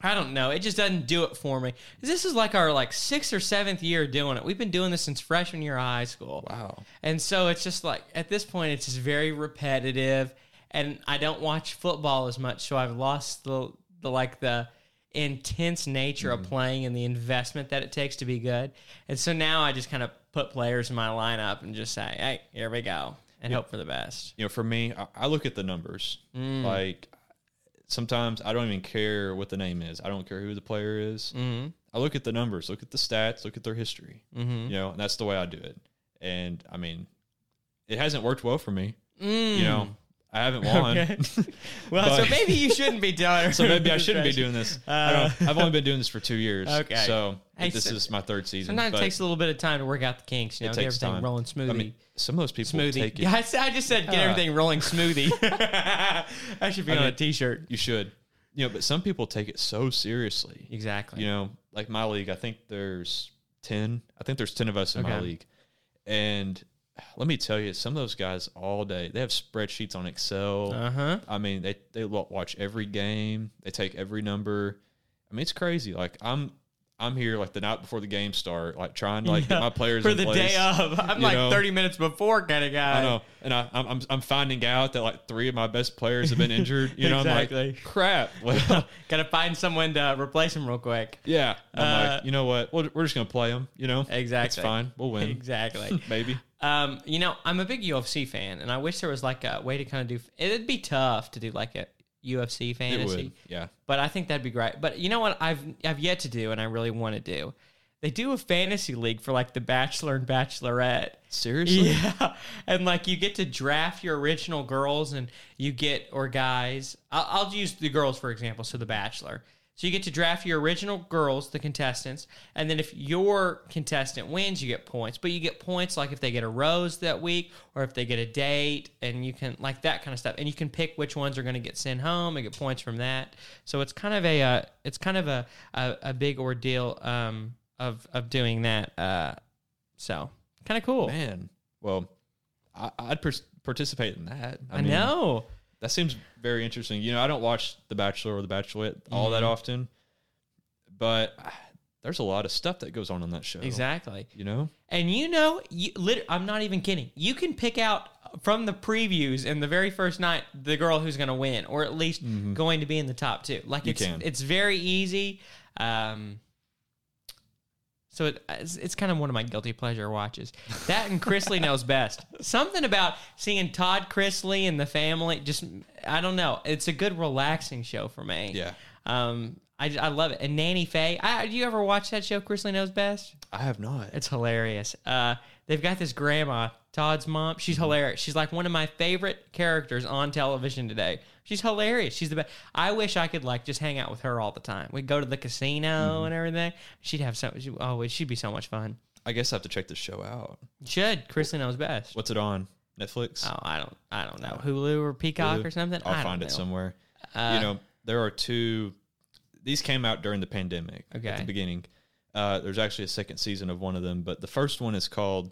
Speaker 2: I don't know. It just doesn't do it for me. This is like our like sixth or seventh year doing it. We've been doing this since freshman year of high school.
Speaker 4: Wow.
Speaker 2: And so it's just like at this point, it's just very repetitive, and I don't watch football as much, so I've lost the, the like the intense nature of
Speaker 4: Mm-hmm.
Speaker 2: playing and the investment that it takes to be good. And so now I just kind of put players in my lineup and just say, "Hey, here we go," and hope for the best.
Speaker 4: You know, for me, I, I look at the numbers.
Speaker 2: Mm.
Speaker 4: Like sometimes I don't even care what the name is. I don't care who the player is. Mm-hmm. I look at the numbers, look at the stats, look at their history. Mm-hmm. You know, and that's the way I do it. And I mean, it hasn't worked well for me. You know, I haven't won.
Speaker 2: Mm. Okay. Well, so
Speaker 4: But-
Speaker 2: maybe you shouldn't be doing.
Speaker 4: So maybe I shouldn't be doing this. I don't, I've only been doing this for two years.
Speaker 2: Uh, Okay.
Speaker 4: So
Speaker 2: Hey,
Speaker 4: this
Speaker 2: so-
Speaker 4: is my third season.
Speaker 2: Sometimes it
Speaker 4: but
Speaker 2: takes a little bit of time to work out the kinks. You know,
Speaker 4: it
Speaker 2: get
Speaker 4: takes
Speaker 2: everything
Speaker 4: time.
Speaker 2: rolling smoothly.
Speaker 4: I mean, some of those people
Speaker 2: smoothie.
Speaker 4: take it
Speaker 2: Yeah, I, said- I just said get
Speaker 4: Ah.
Speaker 2: everything rolling smoothie. I should be
Speaker 4: I
Speaker 2: on a
Speaker 4: mean-
Speaker 2: t-shirt.
Speaker 4: You should. You know, but some people take it so seriously.
Speaker 2: Exactly.
Speaker 4: You know, like my league, I think there's 10. I think there's 10 of us in my
Speaker 2: Okay.
Speaker 4: league. And let me tell you, some of those guys all day, they have spreadsheets on Excel.
Speaker 2: Uh huh.
Speaker 4: I mean, they, they lo- watch every game, they take every number. I mean, it's crazy. Like, I'm. I'm here like the night before the game start, like trying to like get my players
Speaker 2: for
Speaker 4: in
Speaker 2: the
Speaker 4: place.
Speaker 2: day of. I'm
Speaker 4: you
Speaker 2: like
Speaker 4: know?
Speaker 2: 30 minutes before kind of guy.
Speaker 4: I know, and I, I'm I'm- I'm finding out that like three of my best players have been injured. You know, I'm
Speaker 2: Exactly.
Speaker 4: like crap. Well,
Speaker 2: Gotta find someone to replace him real quick.
Speaker 4: Yeah. I'm
Speaker 2: Uh,
Speaker 4: like, you know what? We'll, we're just going to play them, you know?
Speaker 2: Exactly.
Speaker 4: It's fine. We'll win.
Speaker 2: Exactly.
Speaker 4: Maybe.
Speaker 2: Um, you know, I'm a big UFC fan, and I wish there was like a way to kind of do. It'd be tough to do like a UFC
Speaker 4: It
Speaker 2: fantasy,
Speaker 4: would. Yeah.
Speaker 2: but I think that'd be great. But you know what? I've I've yet to do, and I really want to do. They do a fantasy league for like the Bachelor and Bachelorette.
Speaker 4: Seriously?
Speaker 2: Yeah, and like you get to draft your original girls, and you get or guys. I'll, I'll use the girls for example. So the Bachelor. So you get to draft your original girls, the contestants, and then if your contestant wins, you get points. But you get points like if they get a rose that week, or if they get a date, and you can like that kind of stuff. And you can pick which ones are going to get sent home and get points from that. So it's kind of a uh, it's kind of a a, a big ordeal um, of of doing that. Uh, so kind of cool.
Speaker 4: Man. Well, I, I'd pers- participate in that.
Speaker 2: I,
Speaker 4: mean,
Speaker 2: know.
Speaker 4: That seems very interesting. You know, I don't watch The Bachelor or The Bachelorette all that often, but ah, there's a lot of stuff that goes on on that show.
Speaker 2: Exactly.
Speaker 4: You know?
Speaker 2: And you know, you, lit- I'm not even kidding. You can pick out from the previews in the very first night the girl who's going to win, or at least going to be in the top two. Like
Speaker 4: Mm-hmm. You
Speaker 2: it's
Speaker 4: can.
Speaker 2: it's very easy. Um, so it, it's, it's kind of one of my guilty pleasure watches. That and Chrisley knows best. Something about seeing Todd Chrisley and the family. Just I don't know. It's a good relaxing show for me.
Speaker 4: Yeah.
Speaker 2: Um, I, I love it. And Nanny Faye. I, do you ever watch that show, Chrisley Knows Best?
Speaker 4: I have not.
Speaker 2: It's hilarious. Uh, they've got this grandma, Todd's mom. She's
Speaker 4: Mm-hmm.
Speaker 2: hilarious. She's like one of my favorite characters on television today. She's hilarious. She's the best. I wish I could like just hang out with her all the time. We'd go to the casino
Speaker 4: Mm-hmm.
Speaker 2: and everything. She'd have so. She, oh, she'd be so much fun.
Speaker 4: I guess I have to check this show out.
Speaker 2: You should. Chrisley knows best.
Speaker 4: What's it on? Netflix?
Speaker 2: Oh, I don't. I don't know. Hulu or Peacock
Speaker 4: Hulu?
Speaker 2: or something.
Speaker 4: I'll
Speaker 2: I don't
Speaker 4: find
Speaker 2: know. Uh,
Speaker 4: it somewhere. you know, there are two. These came out during the pandemic. At
Speaker 2: Okay.
Speaker 4: the beginning, uh, there's actually a second season of one of them, but the first one is called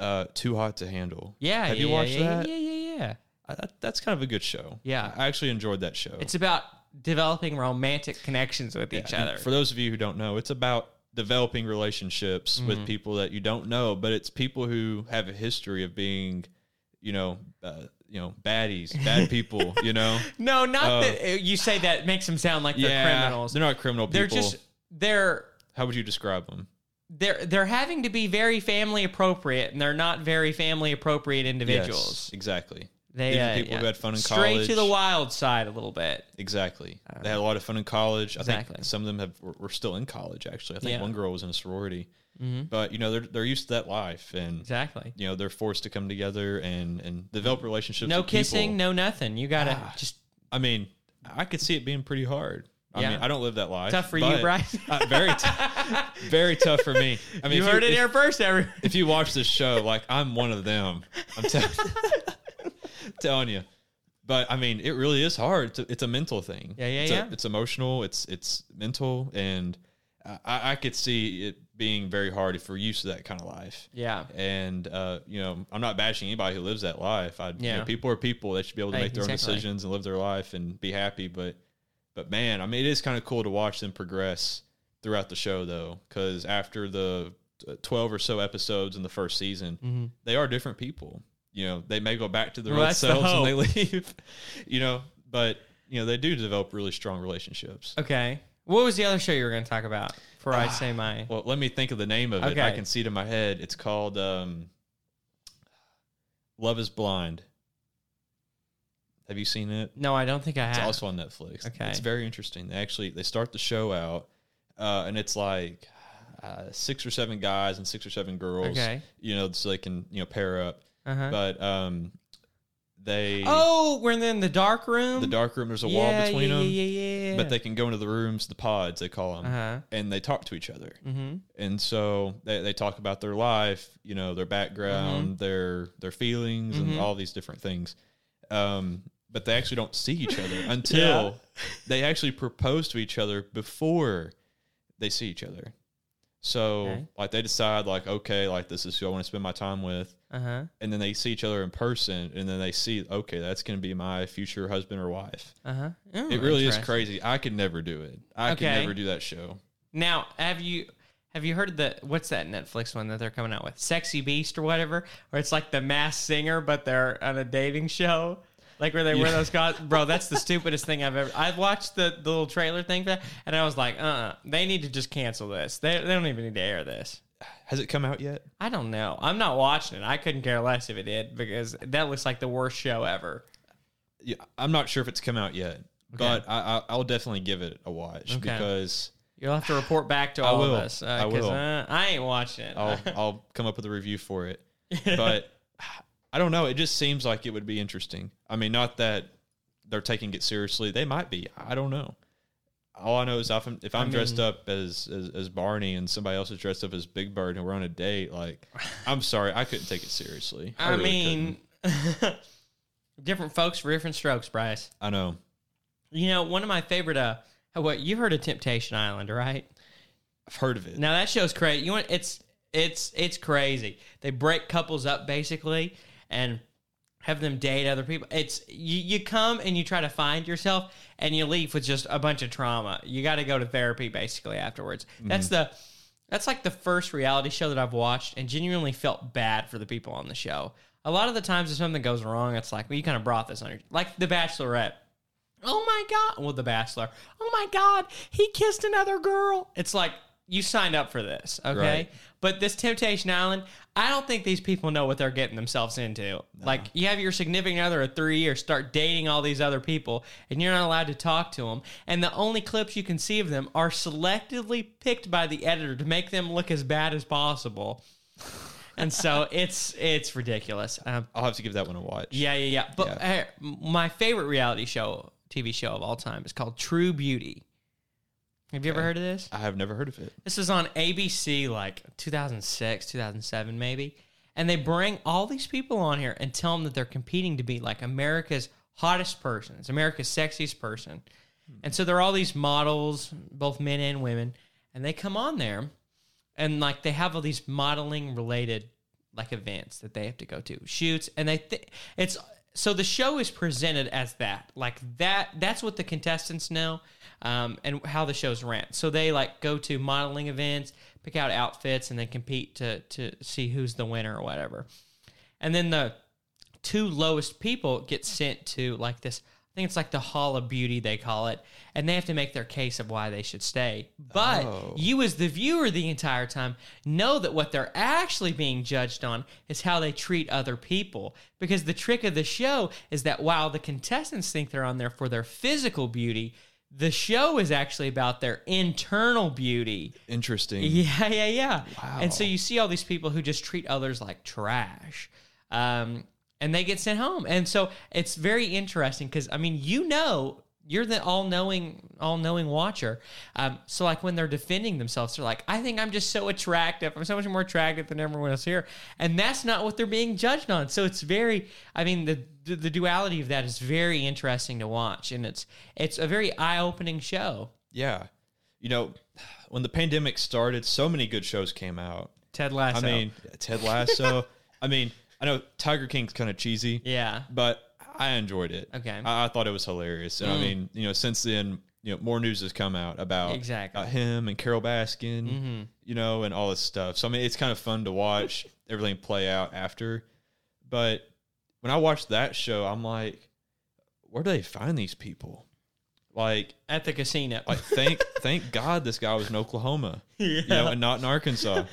Speaker 4: uh, "Too Hot to Handle."
Speaker 2: Yeah.
Speaker 4: Have
Speaker 2: yeah,
Speaker 4: you
Speaker 2: yeah,
Speaker 4: watched
Speaker 2: yeah,
Speaker 4: that?
Speaker 2: Yeah, yeah, yeah.
Speaker 4: I, that- that's kind of a good show.
Speaker 2: Yeah.
Speaker 4: I actually enjoyed that show.
Speaker 2: It's about developing romantic connections with each
Speaker 4: And
Speaker 2: other.
Speaker 4: For those of Oh. you who don't know, it's about developing relationships
Speaker 2: Mm-hmm.
Speaker 4: with people that you don't know, but it's people who have a history of being, you know, uh, you know, baddies, bad people. you know,
Speaker 2: no, not
Speaker 4: Oh.
Speaker 2: that uh, you say that makes them sound like they're criminals.
Speaker 4: They're not criminal people.
Speaker 2: they're just they're
Speaker 4: How would you describe them?
Speaker 2: they're they're having to be very family appropriate and they're not very family appropriate individuals
Speaker 4: Yes, exactly.
Speaker 2: they
Speaker 4: These
Speaker 2: uh,
Speaker 4: are people who
Speaker 2: yeah.
Speaker 4: had fun in
Speaker 2: straight
Speaker 4: college.
Speaker 2: to the wild side a little bit
Speaker 4: Exactly. They had a lot of fun in college. I
Speaker 2: Exactly.
Speaker 4: think some of them have were, were still in college. Actually, I think
Speaker 2: Yeah. Mm-hmm.
Speaker 4: one girl was in a sorority. But you know, they're they're used to that life, and
Speaker 2: exactly
Speaker 4: you know, they're forced to come together and and develop relationships.
Speaker 2: no
Speaker 4: with people. Ah.
Speaker 2: kissing no nothing you gotta just
Speaker 4: I mean, I could see it being pretty hard. I
Speaker 2: Yeah.
Speaker 4: mean, I don't live that life.
Speaker 2: Tough for you,
Speaker 4: but-
Speaker 2: Bryce.
Speaker 4: uh, very, t- very tough for me. I mean,
Speaker 2: you
Speaker 4: if
Speaker 2: heard it
Speaker 4: if-
Speaker 2: here first every
Speaker 4: if you watch this show, like I'm one of them. I'm tell- telling you. But I mean, it really is hard. It's a, it's a mental thing.
Speaker 2: Yeah, yeah,
Speaker 4: it's
Speaker 2: yeah.
Speaker 4: A, it's emotional. It's it's mental, and I, I could see it being very hard if we're used to that kind of life.
Speaker 2: yeah
Speaker 4: And uh, you know, I'm not bashing anybody who lives that life. I, you
Speaker 2: Yeah.
Speaker 4: know, people are people. They should be able to
Speaker 2: Hey,
Speaker 4: make their
Speaker 2: exactly.
Speaker 4: own decisions and live their life and be happy. But but man, I mean, it is kind of cool to watch them progress throughout the show, though, because after the uh, twelve or so episodes in the first season,
Speaker 2: Mm-hmm.
Speaker 4: they are different people. You know, they may go back to their
Speaker 2: Well,
Speaker 4: old
Speaker 2: that's the
Speaker 4: selves when they leave. you know, but you know, they do develop really strong relationships.
Speaker 2: okay what was the other show you were gonna talk about before
Speaker 4: Ah.
Speaker 2: i say my
Speaker 4: Well, let me think of the name of it. I
Speaker 2: Okay.
Speaker 4: can see it in my head. It's called um, Love is Blind. Have you seen it?
Speaker 2: no i don't think i
Speaker 4: It's
Speaker 2: have
Speaker 4: also on Netflix.
Speaker 2: Okay.
Speaker 4: It's very interesting. They actually they start the show out uh, and it's like uh, six or seven guys and six or seven girls.
Speaker 2: Okay.
Speaker 4: You know, so they can, you know, pair up.
Speaker 2: uh-huh.
Speaker 4: But um they
Speaker 2: oh we're in the dark room
Speaker 4: the dark room there's a
Speaker 2: yeah,
Speaker 4: wall between
Speaker 2: yeah,
Speaker 4: them.
Speaker 2: yeah, yeah, yeah.
Speaker 4: But they can go into the rooms, the pods they call them,
Speaker 2: Uh-huh.
Speaker 4: and they talk to each other
Speaker 2: mm-hmm.
Speaker 4: and so they, they talk about their life you know their background
Speaker 2: Mm-hmm.
Speaker 4: their their feelings
Speaker 2: Mhm.
Speaker 4: and all these different things um but they actually don't see each other until
Speaker 2: Yeah.
Speaker 4: they actually propose to each other before they see each other so
Speaker 2: Okay.
Speaker 4: like they decide like okay like this is who i want to spend my time with
Speaker 2: uh-huh
Speaker 4: and then they see each other in person and then they see okay that's going to be my future husband or wife
Speaker 2: uh-huh Oh,
Speaker 4: it really is
Speaker 2: interesting.
Speaker 4: crazy i could never do it i could
Speaker 2: Okay.
Speaker 4: never do that show
Speaker 2: Now, have you have you heard the what's that Netflix one that they're coming out with, Sexy Beast or whatever, where it's like the mass singer, but they're on a dating show, like where they wear
Speaker 4: Yeah.
Speaker 2: those guys. Bro, that's the stupidest thing I've ever. I've watched the, uh-uh, the little trailer thing for that, and I was like, uh, uh they need to just cancel this. They they don't even need to air this.
Speaker 4: has it come out yet?
Speaker 2: I don't know. I'm not watching it. I couldn't care less if it did because that looks like the worst show ever.
Speaker 4: Yeah, I'm not sure if it's come out yet, but I, I I'll definitely give it a watch
Speaker 2: Okay.
Speaker 4: because
Speaker 2: You'll have to report back to all
Speaker 4: will.
Speaker 2: of us. Uh,
Speaker 4: I
Speaker 2: 'cause,
Speaker 4: will. Oh,
Speaker 2: Uh, I ain't watching it.
Speaker 4: I'll I'll come up with a review for it. But I don't know. It just seems like it would be interesting. I mean, not that they're taking it seriously. They might be. I don't know. All I know is if I'm, if I'm dressed up as, as as Barney and somebody else is dressed up as Big Bird and we're on a date, like I'm sorry, I couldn't take it seriously.
Speaker 2: I
Speaker 4: really
Speaker 2: mean,
Speaker 4: couldn't.
Speaker 2: different folks for different strokes, Bryce.
Speaker 4: I know.
Speaker 2: You know, one of my favorite. Uh, what you've heard of Temptation Island, right?
Speaker 4: I've heard of it.
Speaker 2: Now that show's crazy. You want it's it's it's crazy. They break couples up basically and have them date other people. It's you, you come and you try to find yourself and you leave with just a bunch of trauma. You got to go to therapy basically afterwards. That's the that's like the first reality show that I've watched and genuinely felt bad for the people on the show. A lot of the times if something goes wrong, it's like, well, you kind of brought this on your like The Bachelorette. Oh my god! Well, The Bachelor. Oh my god! He kissed another girl. It's like you signed up for this, okay?
Speaker 4: Right.
Speaker 2: But this Temptation Island, I don't think these people know what they're getting themselves into. Like you have your significant other of three years start dating all these other people, and you're not allowed to talk to them. And the only clips you can see of them are selectively picked by the editor to make them look as bad as possible. and so it's it's ridiculous. Um,
Speaker 4: I'll have to give that one a watch.
Speaker 2: yeah, yeah, yeah. But uh, my favorite reality show, TV show of all time, is called True Beauty. Have you ever heard of this?
Speaker 4: I have never heard of it.
Speaker 2: This was on ABC like 2006, 2007, maybe. And they bring all these people on here and tell them that they're competing to be like America's hottest person, it's America's sexiest person. And so there are all these models, both men and women, and they come on there and like they have all these modeling related like events that they have to go to shoots and they th- it's so the show is presented as that like that that's what the contestants know um, and how the shows ran so they like go to modeling events pick out outfits and then compete to to see who's the winner or whatever and then the two lowest people get sent to like this I think it's like the Hall of Beauty they call it, and they have to make their case of why they should stay. But
Speaker 4: Oh.
Speaker 2: you as the viewer the entire time know that what they're actually being judged on is how they treat other people because the trick of the show is that while the contestants think they're on there for their physical beauty, the show is actually about their internal beauty.
Speaker 4: Interesting.
Speaker 2: Yeah, yeah, yeah. And so
Speaker 4: Wow.
Speaker 2: you see all these people who just treat others like trash. Um, and they get sent home. And so it's very interesting because, I mean, you know, you're the all knowing, all knowing watcher. Um, so, like, when they're defending themselves, they're like, I think I'm just so attractive. I'm so much more attractive than everyone else here. And that's not what they're being judged on. So, it's very, I mean, the, the, the duality of that is very interesting to watch. And it's, it's a very eye opening show.
Speaker 4: Yeah. You know, when the pandemic started, so many good shows came out.
Speaker 2: Ted Lasso.
Speaker 4: I mean, Ted Lasso. I mean, I know Tiger King's kind of cheesy,
Speaker 2: yeah.
Speaker 4: but I enjoyed it.
Speaker 2: Okay. Mm.
Speaker 4: I, I thought it was hilarious. And I mean, you know, since then, you know, more news has come out about
Speaker 2: Exactly. Mm-hmm.
Speaker 4: about him and Carol Baskin, you know, and all this stuff. So I mean, it's kind of fun to watch everything play out after. But when I watched that show, I'm like, where do they find these people? Like,
Speaker 2: At the casino.
Speaker 4: like thank thank God this guy was in Oklahoma, you know, and not in Arkansas.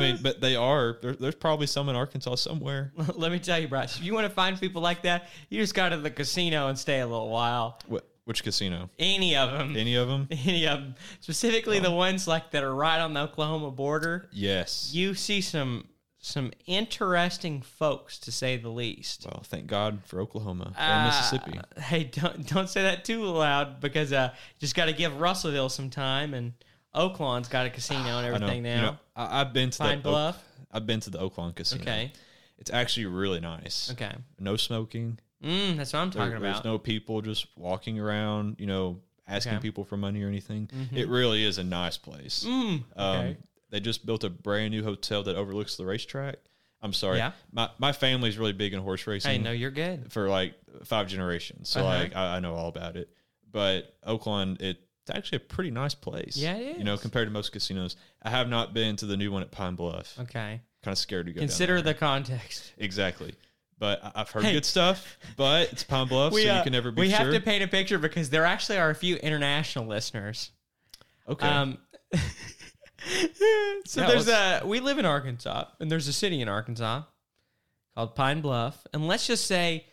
Speaker 4: mean, but they are. There, there's probably some in Arkansas somewhere.
Speaker 2: Let me tell you, Bryce, if you want to find people like that, you just go to the casino and stay a little while.
Speaker 4: Wh- which casino?
Speaker 2: Any of them.
Speaker 4: Any of them?
Speaker 2: Any of 'em. Specifically the ones like that are right on the Oklahoma border.
Speaker 4: Yes.
Speaker 2: You see some some interesting folks to say the least.
Speaker 4: Well, thank God for Oklahoma or
Speaker 2: Uh,
Speaker 4: Mississippi.
Speaker 2: Hey, don't don't say that too loud because uh just got to give Russellville some time and Oaklawn's got a casino and
Speaker 4: I know,
Speaker 2: everything
Speaker 4: you
Speaker 2: now.
Speaker 4: know, I, I've been to
Speaker 2: Pine
Speaker 4: the
Speaker 2: Bluff.
Speaker 4: Oak, I've been to the Oakland Casino.
Speaker 2: okay.
Speaker 4: It's actually really nice.
Speaker 2: Okay.
Speaker 4: No smoking.
Speaker 2: Mm, that's what I'm
Speaker 4: There-
Speaker 2: talking
Speaker 4: there's
Speaker 2: about.
Speaker 4: no people just walking around. You know, asking
Speaker 2: Okay. Mm-hmm.
Speaker 4: people for money or anything. It really is a nice place.
Speaker 2: mm,
Speaker 4: Um,
Speaker 2: okay.
Speaker 4: They just built a brand new hotel that overlooks the racetrack. I'm sorry.
Speaker 2: Yeah.
Speaker 4: My, my family's really big in horse racing
Speaker 2: hey, no, you're good.
Speaker 4: for like five generations. So
Speaker 2: Uh-huh.
Speaker 4: like I, I know all about it. But Oakland, it's actually a pretty nice place.
Speaker 2: Yeah, it
Speaker 4: You know,
Speaker 2: is.
Speaker 4: compared to most casinos. I have not been to the new one at Pine Bluff.
Speaker 2: Okay.
Speaker 4: Kind of scared to go down
Speaker 2: Consider
Speaker 4: there.
Speaker 2: the context.
Speaker 4: Exactly. But I- I've heard
Speaker 2: Hey.
Speaker 4: good stuff, but it's Pine Bluff, so
Speaker 2: uh,
Speaker 4: you can never be
Speaker 2: we
Speaker 4: sure.
Speaker 2: have to paint a um, picture because there actually are a few international listeners.
Speaker 4: okay.
Speaker 2: Um, so
Speaker 4: Yeah,
Speaker 2: there's a we live in Arkansas, and there's a city in Arkansas called Pine Bluff. And let's just say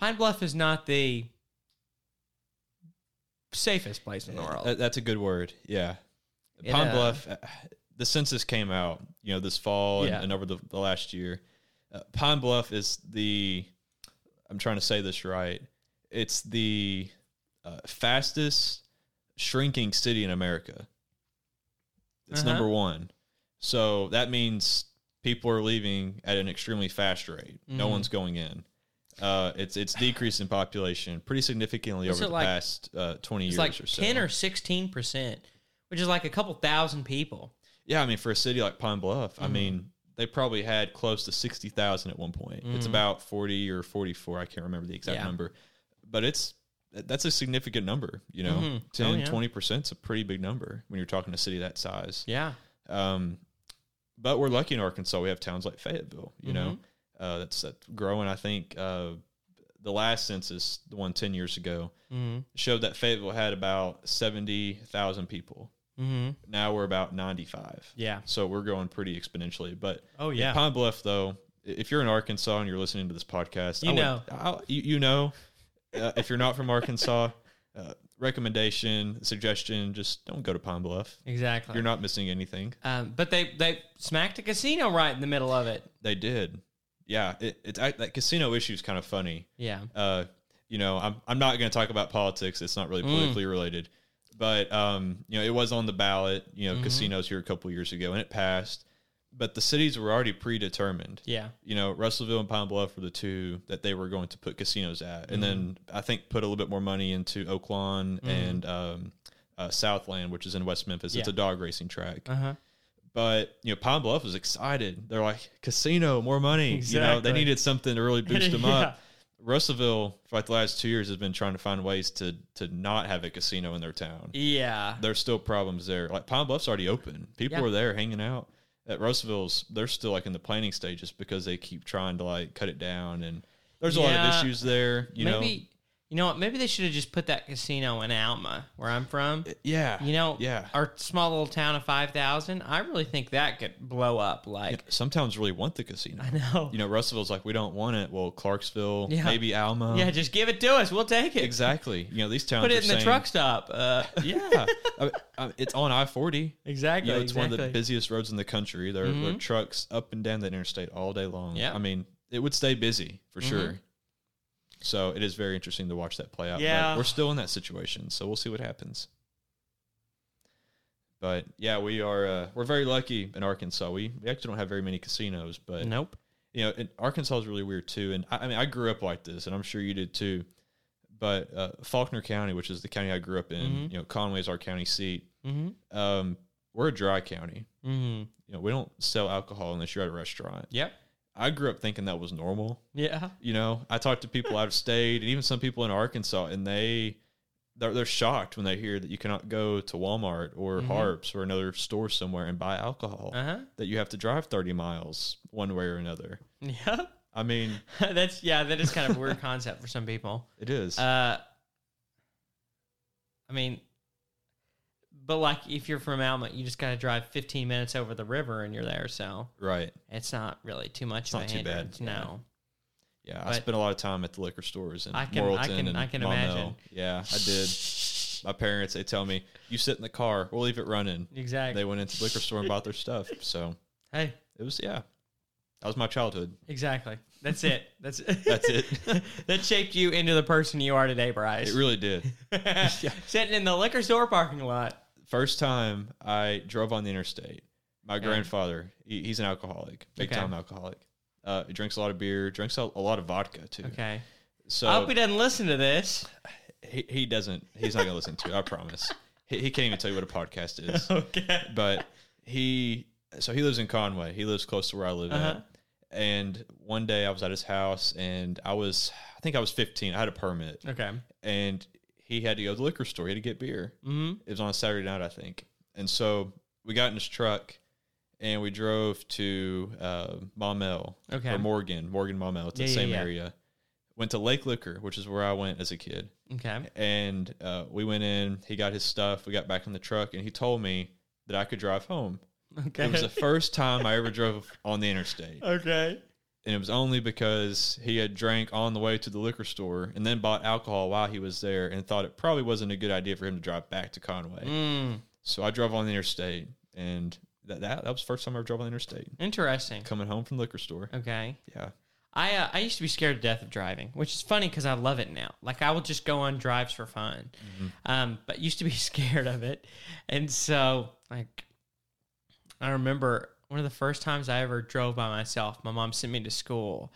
Speaker 2: Pine Bluff is not the safest place in the world.
Speaker 4: That- that's a good word. Yeah.
Speaker 2: It,
Speaker 4: Pine
Speaker 2: uh,
Speaker 4: Bluff, uh, the census came out, you know, this fall
Speaker 2: Yeah.
Speaker 4: and, and over the, the last year. Uh, Pine Bluff is the, I'm trying to say this right, it's the uh, fastest shrinking city in America. It's
Speaker 2: Uh-huh.
Speaker 4: number one. So that means people are leaving at an extremely fast rate. No
Speaker 2: Mhm.
Speaker 4: one's going in. Uh, it's it's decreased in population pretty significantly
Speaker 2: What's
Speaker 4: over
Speaker 2: it
Speaker 4: the
Speaker 2: like-
Speaker 4: past uh, twenty
Speaker 2: it's
Speaker 4: years
Speaker 2: like
Speaker 4: or so.
Speaker 2: ten or sixteen percent, which is like a couple thousand people.
Speaker 4: Yeah, I mean, for a city like Pine Bluff, I
Speaker 2: Mhm.
Speaker 4: mean, they probably had close to 60,000 at one point. It's
Speaker 2: Mhm.
Speaker 4: about 40 or 44. I can't remember the exact
Speaker 2: Yeah.
Speaker 4: number, but it's that's a significant number, you know,
Speaker 2: Mhm. Oh,
Speaker 4: 10,
Speaker 2: yeah.
Speaker 4: 20% is a pretty big number when you're talking to a city that size.
Speaker 2: Yeah,
Speaker 4: Um, but we're lucky in Arkansas. We have towns like Fayetteville, you know,
Speaker 2: Mm-hmm.
Speaker 4: uh, that's, that's growing. I think uh, the last census, the one 10 years ago,
Speaker 2: mm-hmm.
Speaker 4: showed that Fayetteville had about 70,000 people.
Speaker 2: Mm-hmm.
Speaker 4: Now we're about 95.
Speaker 2: yeah.
Speaker 4: So we're going pretty exponentially. But
Speaker 2: Oh
Speaker 4: in Pine Bluff, though, i- if you're in Arkansas and you're listening to this podcast,
Speaker 2: You
Speaker 4: I would-
Speaker 2: know.
Speaker 4: I'll- you, you know, uh, if you're not from Arkansas, uh, recommendation, suggestion, just don't go to Pine Bluff.
Speaker 2: exactly.
Speaker 4: You're not missing anything.
Speaker 2: Um, but they they smacked a casino right in the middle of it.
Speaker 4: They did. Yeah, it, it's I, that casino issue is kind of funny.
Speaker 2: Yeah.
Speaker 4: Uh, you know, I'm I'm not going to talk about politics. It's not really
Speaker 2: Mm.
Speaker 4: politically related, but um, you know, it was on the ballot. You know,
Speaker 2: Mhm.
Speaker 4: casinos here a couple years ago, and it passed. But the cities were already predetermined.
Speaker 2: Yeah.
Speaker 4: you know, Russellville and Pine Bluff were the two that they were going to put casinos at, and then
Speaker 2: Mm-hmm.
Speaker 4: I think put a little bit more money into Oaklawn and um, uh, Southland, which is in West Memphis. It's
Speaker 2: Yeah.
Speaker 4: a dog racing track,
Speaker 2: Uh huh.
Speaker 4: but you know, Pine Bluff was excited. They're like casino, more money. You know,
Speaker 2: Exactly.
Speaker 4: they needed something to really boost them
Speaker 2: Yeah.
Speaker 4: up. Russellville, for like the last two years, has been trying to find ways to to not have a casino in their town
Speaker 2: Yeah.
Speaker 4: there's still problems there. Like Pine Bluff's already open. People
Speaker 2: Yeah.
Speaker 4: are there hanging out. At Roseville's, they're still like in the planning stages because they keep trying to like cut it down and there's a lot
Speaker 2: Yeah.
Speaker 4: of issues there, you
Speaker 2: maybe you know what? Maybe they should have just put that casino in Alma, where I'm from.
Speaker 4: know. Uh, Yeah.
Speaker 2: You know,
Speaker 4: Yeah.
Speaker 2: our small little town of five thousand. I really think that could blow up.
Speaker 4: Yeah,
Speaker 2: Like
Speaker 4: Some towns really want the casino.
Speaker 2: I know.
Speaker 4: You know, Russellville's like, we don't want it. Well, Clarksville,
Speaker 2: Yeah.
Speaker 4: maybe Alma.
Speaker 2: yeah, just give it to us. We'll take it.
Speaker 4: um, exactly. You know, these towns
Speaker 2: Put
Speaker 4: are
Speaker 2: it in the
Speaker 4: saying-
Speaker 2: truck stop. Uh,
Speaker 4: Yeah. I- I- it's on I 40.
Speaker 2: exactly.
Speaker 4: You know, it's
Speaker 2: exactly.
Speaker 4: one of the busiest roads in the country. There, there are
Speaker 2: Mhm.
Speaker 4: trucks up and down that interstate all day long.
Speaker 2: Yeah. Mm-hmm.
Speaker 4: I mean, it would stay busy for sure. So it is very interesting to watch that play out.
Speaker 2: Yeah.
Speaker 4: But we're still in that situation, so we'll see what happens. But yeah, we are uh, we're very lucky in Arkansas. We we actually don't have very many casinos, but
Speaker 2: nope.
Speaker 4: you know, and Arkansas is really weird too. And I, I mean, I grew up like this, and I'm sure you did too. But uh, Faulkner County, which is the county I grew up in,
Speaker 2: Mhm.
Speaker 4: you know, Conway's our county seat.
Speaker 2: Mm-hmm.
Speaker 4: Um, we're a dry county
Speaker 2: Mm-hmm.
Speaker 4: you know, we don't sell alcohol unless you're at a restaurant.
Speaker 2: Yep.
Speaker 4: I grew up thinking that was normal.
Speaker 2: Yeah.
Speaker 4: You know, I talked to people out of state and even some people in Arkansas, and they they're, they're shocked when they hear that you cannot go to Walmart or
Speaker 2: Mhm.
Speaker 4: Harps or another store somewhere and buy alcohol.
Speaker 2: Uh huh.
Speaker 4: That you have to drive thirty miles one way or another.
Speaker 2: Yep.
Speaker 4: I mean,
Speaker 2: That's yeah. That is kind of a weird concept for some people.
Speaker 4: it is.
Speaker 2: Uh, I mean, but like if you're from Alma, you just gotta drive 15 minutes over the river and you're there. So
Speaker 4: right.
Speaker 2: it's not really too much
Speaker 4: It's
Speaker 2: of
Speaker 4: not
Speaker 2: a
Speaker 4: too bad,
Speaker 2: hindrance.
Speaker 4: yeah.
Speaker 2: No,
Speaker 4: Yeah, I
Speaker 2: but-
Speaker 4: spent a lot of time at the liquor stores in
Speaker 2: I can- I
Speaker 4: Morrilton
Speaker 2: can-
Speaker 4: and
Speaker 2: I can
Speaker 4: Maumelle.
Speaker 2: imagine.
Speaker 4: Yeah, I did. My parents, they tell me, "You sit in the car, we'll leave it running."
Speaker 2: exactly.
Speaker 4: They went into the liquor store and bought their stuff. So
Speaker 2: hey,
Speaker 4: It was yeah. That was my childhood.
Speaker 2: exactly. That's it. That's
Speaker 4: That's it.
Speaker 2: that shaped you into the person you are today, Bryce.
Speaker 4: It really did.
Speaker 2: Sitting in the liquor store parking lot.
Speaker 4: First time I drove on the interstate. My
Speaker 2: Okay.
Speaker 4: grandfather, he, he's an alcoholic, big
Speaker 2: Okay.
Speaker 4: time alcoholic. Uh, he drinks a lot of beer, drinks a, a lot of vodka too.
Speaker 2: Okay.
Speaker 4: So
Speaker 2: I hope he doesn't listen to this.
Speaker 4: he, he doesn't. He's not gonna listen to it. I promise. He, he can't even tell you what a podcast is.
Speaker 2: Okay.
Speaker 4: But he, so he lives in Conway. He lives close to where I live
Speaker 2: Uh-huh.
Speaker 4: at. And one day I was at his house, and I was, I think I was 15. I had a permit,
Speaker 2: Okay.
Speaker 4: and he had to go to the liquor store. He had to get beer.
Speaker 2: hmm
Speaker 4: it was on a Saturday night, I think. And so we got in his truck and we drove to uh, Maumelle
Speaker 2: Okay.
Speaker 4: or Morgan, Morgan Maumelle. It's
Speaker 2: Yeah,
Speaker 4: the
Speaker 2: yeah,
Speaker 4: same
Speaker 2: yeah.
Speaker 4: area. Went to Lake Liquor, which is where I went as a kid.
Speaker 2: Okay.
Speaker 4: And uh, we went in, he got his stuff, we got back in the truck, and he told me that I could drive home.
Speaker 2: Okay.
Speaker 4: It was the first time I ever drove on the interstate.
Speaker 2: okay.
Speaker 4: and it was only because he had drank on the way to the liquor store and then bought alcohol while he was there and thought it probably wasn't a good idea for him to drive back to Conway.
Speaker 2: Mm,
Speaker 4: So I drove on the interstate and that, that that was the first time I ever drove on the interstate.
Speaker 2: interesting.
Speaker 4: Coming home from the liquor store.
Speaker 2: Okay.
Speaker 4: Yeah.
Speaker 2: I uh, I used to be scared to death of driving, which is funny because I love it now. Like I will just go on drives for fun, um, but used to be scared of it, and so like I remember one of the first times I ever drove by myself. My mom sent me to school,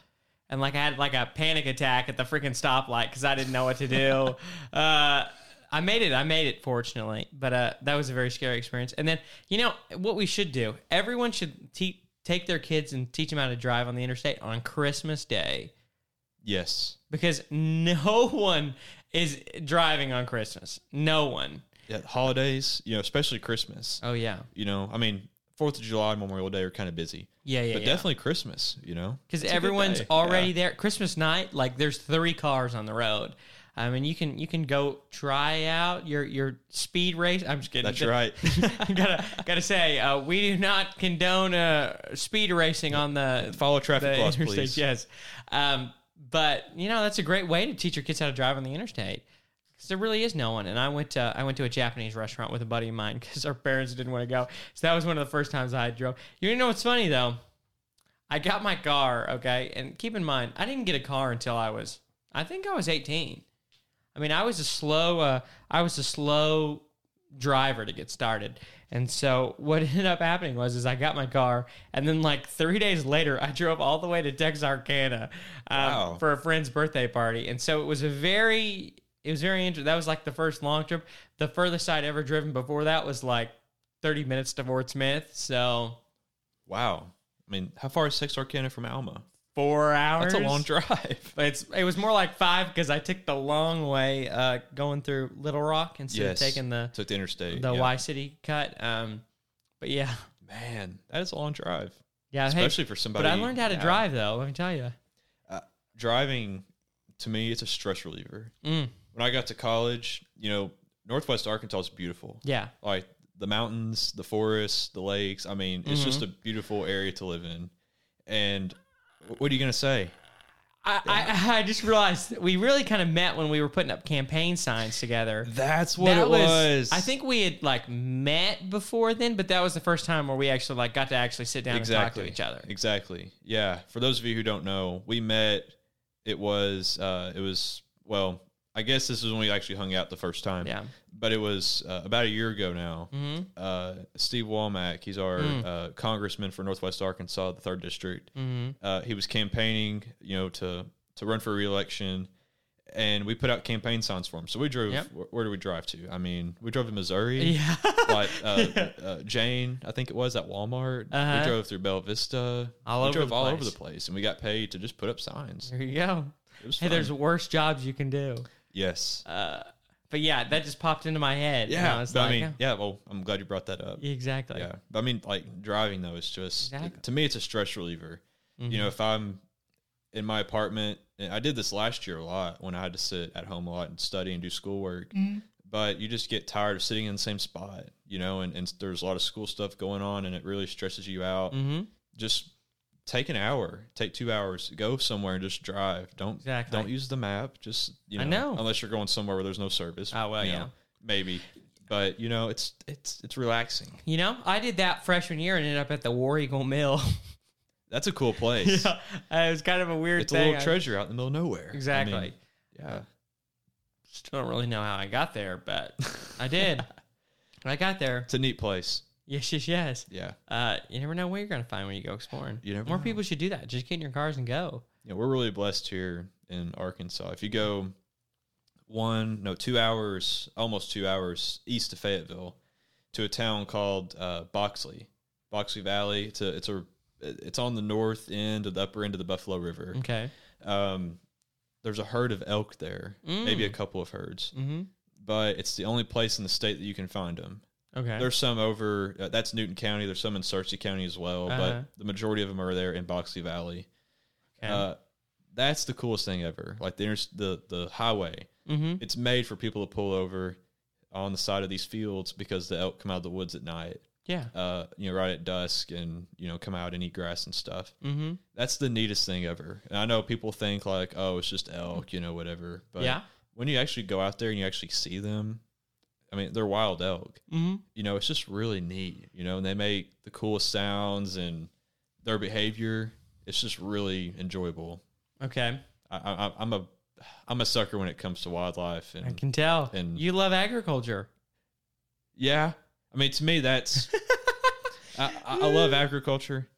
Speaker 2: and like I had like a panic attack at the freaking stoplight because I didn't know what to do. uh, I made it. I made it, fortunately, but uh, that was a very scary experience. And then you know what we should do? Everyone should te- take their kids and teach them how to drive on the interstate on Christmas Day
Speaker 4: Yes.
Speaker 2: because no one is driving on Christmas. No one.
Speaker 4: Yeah, holidays, you know, especially Christmas.
Speaker 2: Oh yeah,
Speaker 4: You know, I mean, 4th of July and Memorial Day are kind of busy.
Speaker 2: yeah, yeah.
Speaker 4: but
Speaker 2: yeah.
Speaker 4: definitely Christmas, you know.
Speaker 2: because
Speaker 4: It's a good
Speaker 2: everyone's
Speaker 4: day.
Speaker 2: already
Speaker 4: Yeah.
Speaker 2: there. Christmas night, like there's three cars on the road. I mean, you can you can go try out your your speed race. I'm just kidding.
Speaker 4: That's right.
Speaker 2: I gotta gotta say, uh, we do not condone uh, speed racing on the
Speaker 4: Follow traffic
Speaker 2: the
Speaker 4: laws,
Speaker 2: interstate.
Speaker 4: please.
Speaker 2: Yes, um, but you know that's a great way to teach your kids how to drive on the interstate. 'Cause there really is no one, and I went to I went to a Japanese restaurant with a buddy of mine because our parents didn't want to go. So that was one of the first times I drove. You know what's funny though? I got my car, okay? And keep in mind, I didn't get a car until I was I think I was 18. I mean, I was a slow uh I was a slow driver to get started. And so what ended up happening was is I got my car and then like 3 days later I drove all the way to Texarkana um,
Speaker 4: Wow.
Speaker 2: for a friend's birthday party. And so it was a very it was very interesting. That was like the first long trip. The furthest I'd ever driven before that was like 30 minutes to Fort Smith. So
Speaker 4: Wow. I mean, how far is Texarkana from Alma?
Speaker 2: 4 hours.
Speaker 4: That's a long drive.
Speaker 2: But it's it was more like five because I took the long way uh, going through Little Rock instead
Speaker 4: Yes.
Speaker 2: of taking the
Speaker 4: Took the interstate.
Speaker 2: the
Speaker 4: yeah.
Speaker 2: Y City cut. Um, but yeah,
Speaker 4: Man, that is a long drive,
Speaker 2: yeah. Uh, hey,
Speaker 4: especially for somebody.
Speaker 2: but I learned how to
Speaker 4: Yeah.
Speaker 2: drive though. Let me tell you.
Speaker 4: Driving, to me, it's a stress reliever.
Speaker 2: Mm,
Speaker 4: When I got to college, you know, Northwest Arkansas is beautiful.
Speaker 2: yeah,
Speaker 4: Like the mountains, the forests, the lakes. I mean, it's just a
Speaker 2: Mm-hmm.
Speaker 4: beautiful area to live in. And wh- what are you gonna say?
Speaker 2: I, I I just realized that we really kind of met when we were putting up campaign signs together.
Speaker 4: That's what it was.
Speaker 2: I think we had like met before then, but that was the first time where we actually like got to actually sit down and talk to each other.
Speaker 4: Exactly. Yeah. For those of you who don't know, we met. It was. Uh, it was. Well, I guess this is when we actually hung out the first time.
Speaker 2: Yeah.
Speaker 4: But it was uh, about a year ago now.
Speaker 2: Mhm.
Speaker 4: Uh, Steve Walmack, he's our
Speaker 2: Mm.
Speaker 4: uh, congressman for Northwest Arkansas, the third district.
Speaker 2: Mm-hmm.
Speaker 4: Uh, he was campaigning, you know, to to run for reelection, and we put out campaign signs for him. So we drove.
Speaker 2: Yep.
Speaker 4: Where, where did we drive to? I mean, we drove to Missouri
Speaker 2: Yeah.
Speaker 4: like uh, uh, Jane, I think it was at Walmart.
Speaker 2: Uh-huh.
Speaker 4: We drove through Bella Vista.
Speaker 2: All
Speaker 4: we
Speaker 2: over
Speaker 4: drove
Speaker 2: the
Speaker 4: all
Speaker 2: place.
Speaker 4: over the place, and we got paid to just put up signs.
Speaker 2: there you go.
Speaker 4: It was
Speaker 2: Hey,
Speaker 4: fun.
Speaker 2: there's worse jobs you can do.
Speaker 4: yes,
Speaker 2: Uh, but yeah, that just popped into my head. and
Speaker 4: yeah.
Speaker 2: I was
Speaker 4: but
Speaker 2: like,
Speaker 4: I mean,
Speaker 2: oh,
Speaker 4: yeah. Well, I'm glad you brought that up. Yeah,
Speaker 2: exactly.
Speaker 4: but I mean, like driving though is just
Speaker 2: Exactly.
Speaker 4: to me, it's a stress reliever.
Speaker 2: Mm-hmm.
Speaker 4: You know, if I'm in my apartment, and I did this last year a lot when I had to sit at home a lot and study and do schoolwork.
Speaker 2: Mm-hmm.
Speaker 4: But you just get tired of sitting in the same spot, you know, and, and there's a lot of school stuff going on, and it really stresses you out.
Speaker 2: Mm-hmm.
Speaker 4: just take an hour, take two hours, go somewhere and just drive. Don't
Speaker 2: Exactly.
Speaker 4: don't use the map. Just you
Speaker 2: I
Speaker 4: know,
Speaker 2: know.
Speaker 4: unless you're going somewhere where there's no service.
Speaker 2: Oh, well,
Speaker 4: you
Speaker 2: yeah.
Speaker 4: know, maybe. But you know, it's it's it's relaxing.
Speaker 2: You know, I did that freshman year and ended up at the War Eagle Mill.
Speaker 4: That's a cool place.
Speaker 2: Uh, it was kind of a weird
Speaker 4: It's a
Speaker 2: thing.
Speaker 4: little
Speaker 2: I
Speaker 4: treasure out in the middle of nowhere. I
Speaker 2: Exactly.
Speaker 4: mean, yeah.
Speaker 2: just don't really know how I got there, but I did. I got there.
Speaker 4: It's a neat place.
Speaker 2: Yes, yes, yes.
Speaker 4: Yeah.
Speaker 2: Uh, you never know what you're going to find when you go exploring.
Speaker 4: You never
Speaker 2: More
Speaker 4: know.
Speaker 2: people should do that. Just get in your cars and go.
Speaker 4: you know, we're really blessed here in Arkansas. If you go one, no, two hours, almost two hours east of Fayetteville, to a town called uh, Boxley, Boxley Valley. It's a, it's a, it's on the north end of the upper end of the Buffalo River.
Speaker 2: Okay.
Speaker 4: Um, there's a herd of elk there, maybe
Speaker 2: Mm.
Speaker 4: a couple of herds,
Speaker 2: Mm-hmm.
Speaker 4: but it's the only place in the state that you can find them.
Speaker 2: Okay.
Speaker 4: There's some over uh, that's Newton County. There's some in Searcy County as well,
Speaker 2: Uh-huh.
Speaker 4: but the majority of them are there in Boxley Valley.
Speaker 2: okay.
Speaker 4: Uh, that's the coolest thing ever. Like there's the the highway.
Speaker 2: mm-hmm.
Speaker 4: It's made for people to pull over on the side of these fields because the elk come out of the woods at night
Speaker 2: Yeah.
Speaker 4: uh, you know, right at dusk and, you know, come out and eat grass and stuff.
Speaker 2: Mm-hmm.
Speaker 4: That's the neatest thing ever. And I know people think like, oh, it's just elk, you know, whatever. But
Speaker 2: yeah.
Speaker 4: when you actually go out there and you actually see them, I mean, they're wild elk.
Speaker 2: Mm-hmm.
Speaker 4: You know, it's just really neat, you know, and they make the coolest sounds and their behavior. It's just really enjoyable.
Speaker 2: Okay.
Speaker 4: I, I, I'm a, I'm a sucker when it comes to wildlife
Speaker 2: I
Speaker 4: and
Speaker 2: can tell.
Speaker 4: and-
Speaker 2: you love agriculture.
Speaker 4: Yeah, I mean, to me, that's I, I I love agriculture.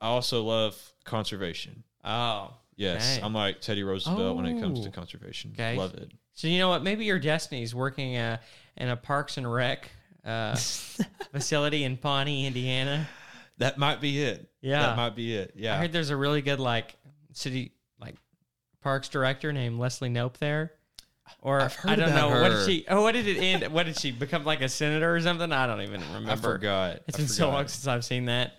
Speaker 4: I also love conservation.
Speaker 2: Oh.
Speaker 4: Yes,
Speaker 2: Dang.
Speaker 4: I'm like Teddy Roosevelt when it comes to
Speaker 2: Oh.
Speaker 4: conservation.
Speaker 2: Okay.
Speaker 4: Love it.
Speaker 2: So you know what? Maybe your destiny is working uh, in a Parks and Rec uh, facility in Pawnee, Indiana.
Speaker 4: That might be it.
Speaker 2: Yeah.
Speaker 4: that might be it.
Speaker 2: I
Speaker 4: Yeah,
Speaker 2: heard there's a really good like city like parks director named Leslie Nope there. Or
Speaker 4: I've heard
Speaker 2: I don't
Speaker 4: about
Speaker 2: know what did
Speaker 4: her.
Speaker 2: she oh what did it end what did she become like a senator or something? I don't even remember.
Speaker 4: I forgot.
Speaker 2: It's
Speaker 4: I
Speaker 2: been so
Speaker 4: forgot.
Speaker 2: long since I've seen that.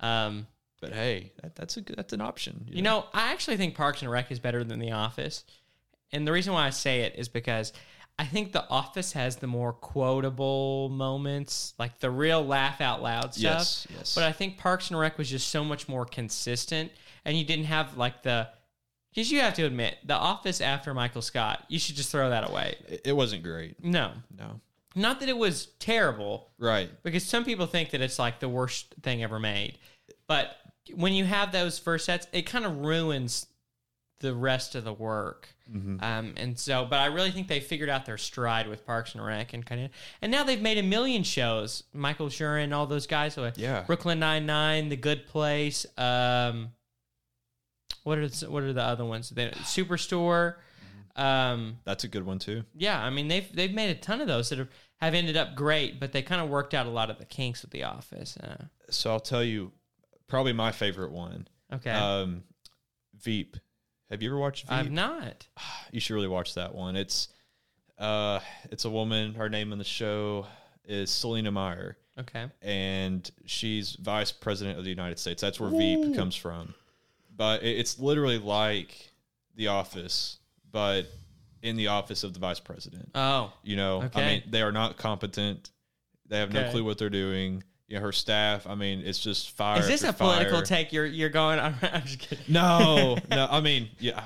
Speaker 2: Um,
Speaker 4: But hey, that, that's a good, that's an option.
Speaker 2: you know, I actually think Parks and Rec is better than The Office. And the reason why I say it is because I think The Office has the more quotable moments, like the real laugh out loud stuff.
Speaker 4: Yes, yes.
Speaker 2: But I think Parks and Rec was just so much more consistent, and you didn't have like the. Because you have to admit, The Office after Michael Scott, you should just throw that away.
Speaker 4: it, it wasn't great.
Speaker 2: No,
Speaker 4: No,
Speaker 2: not that it was terrible,
Speaker 4: right?
Speaker 2: because some people think that it's like the worst thing ever made. But when you have those first sets, it kind of ruins the rest of the work.
Speaker 4: Mm-hmm.
Speaker 2: Um, and so, but I really think they figured out their stride with Parks and Rec and kind of, and now they've made a million shows. Michael Shuren, all those guys, uh,
Speaker 4: Yeah.
Speaker 2: Brooklyn Nine Nine, The Good Place. Um, what are what are the other ones? They, Superstore. Um,
Speaker 4: That's a good one too.
Speaker 2: yeah, I mean they've they've made a ton of those that have, have ended up great, but they kind of worked out a lot of the kinks with the office. Uh,
Speaker 4: So I'll tell you, probably my favorite one.
Speaker 2: okay,
Speaker 4: Um, Veep. Have you ever watched Veep?
Speaker 2: I've not.
Speaker 4: you should really watch that one. It's uh it's a woman, her name on the show is Selena Meyer,
Speaker 2: Okay,
Speaker 4: and she's vice president of the United States. That's where Veep comes from. But it- it's literally like The Office, but in the office of the vice president.
Speaker 2: oh
Speaker 4: You know, I
Speaker 2: Okay.
Speaker 4: mean, they are not competent. They have
Speaker 2: Okay.
Speaker 4: no clue what they're doing. You know, her staff, I mean, it's just fire.
Speaker 2: is this
Speaker 4: after
Speaker 2: a political
Speaker 4: fire.
Speaker 2: take? You're you're going? I'm, I'm just kidding.
Speaker 4: No, no. I mean, yeah,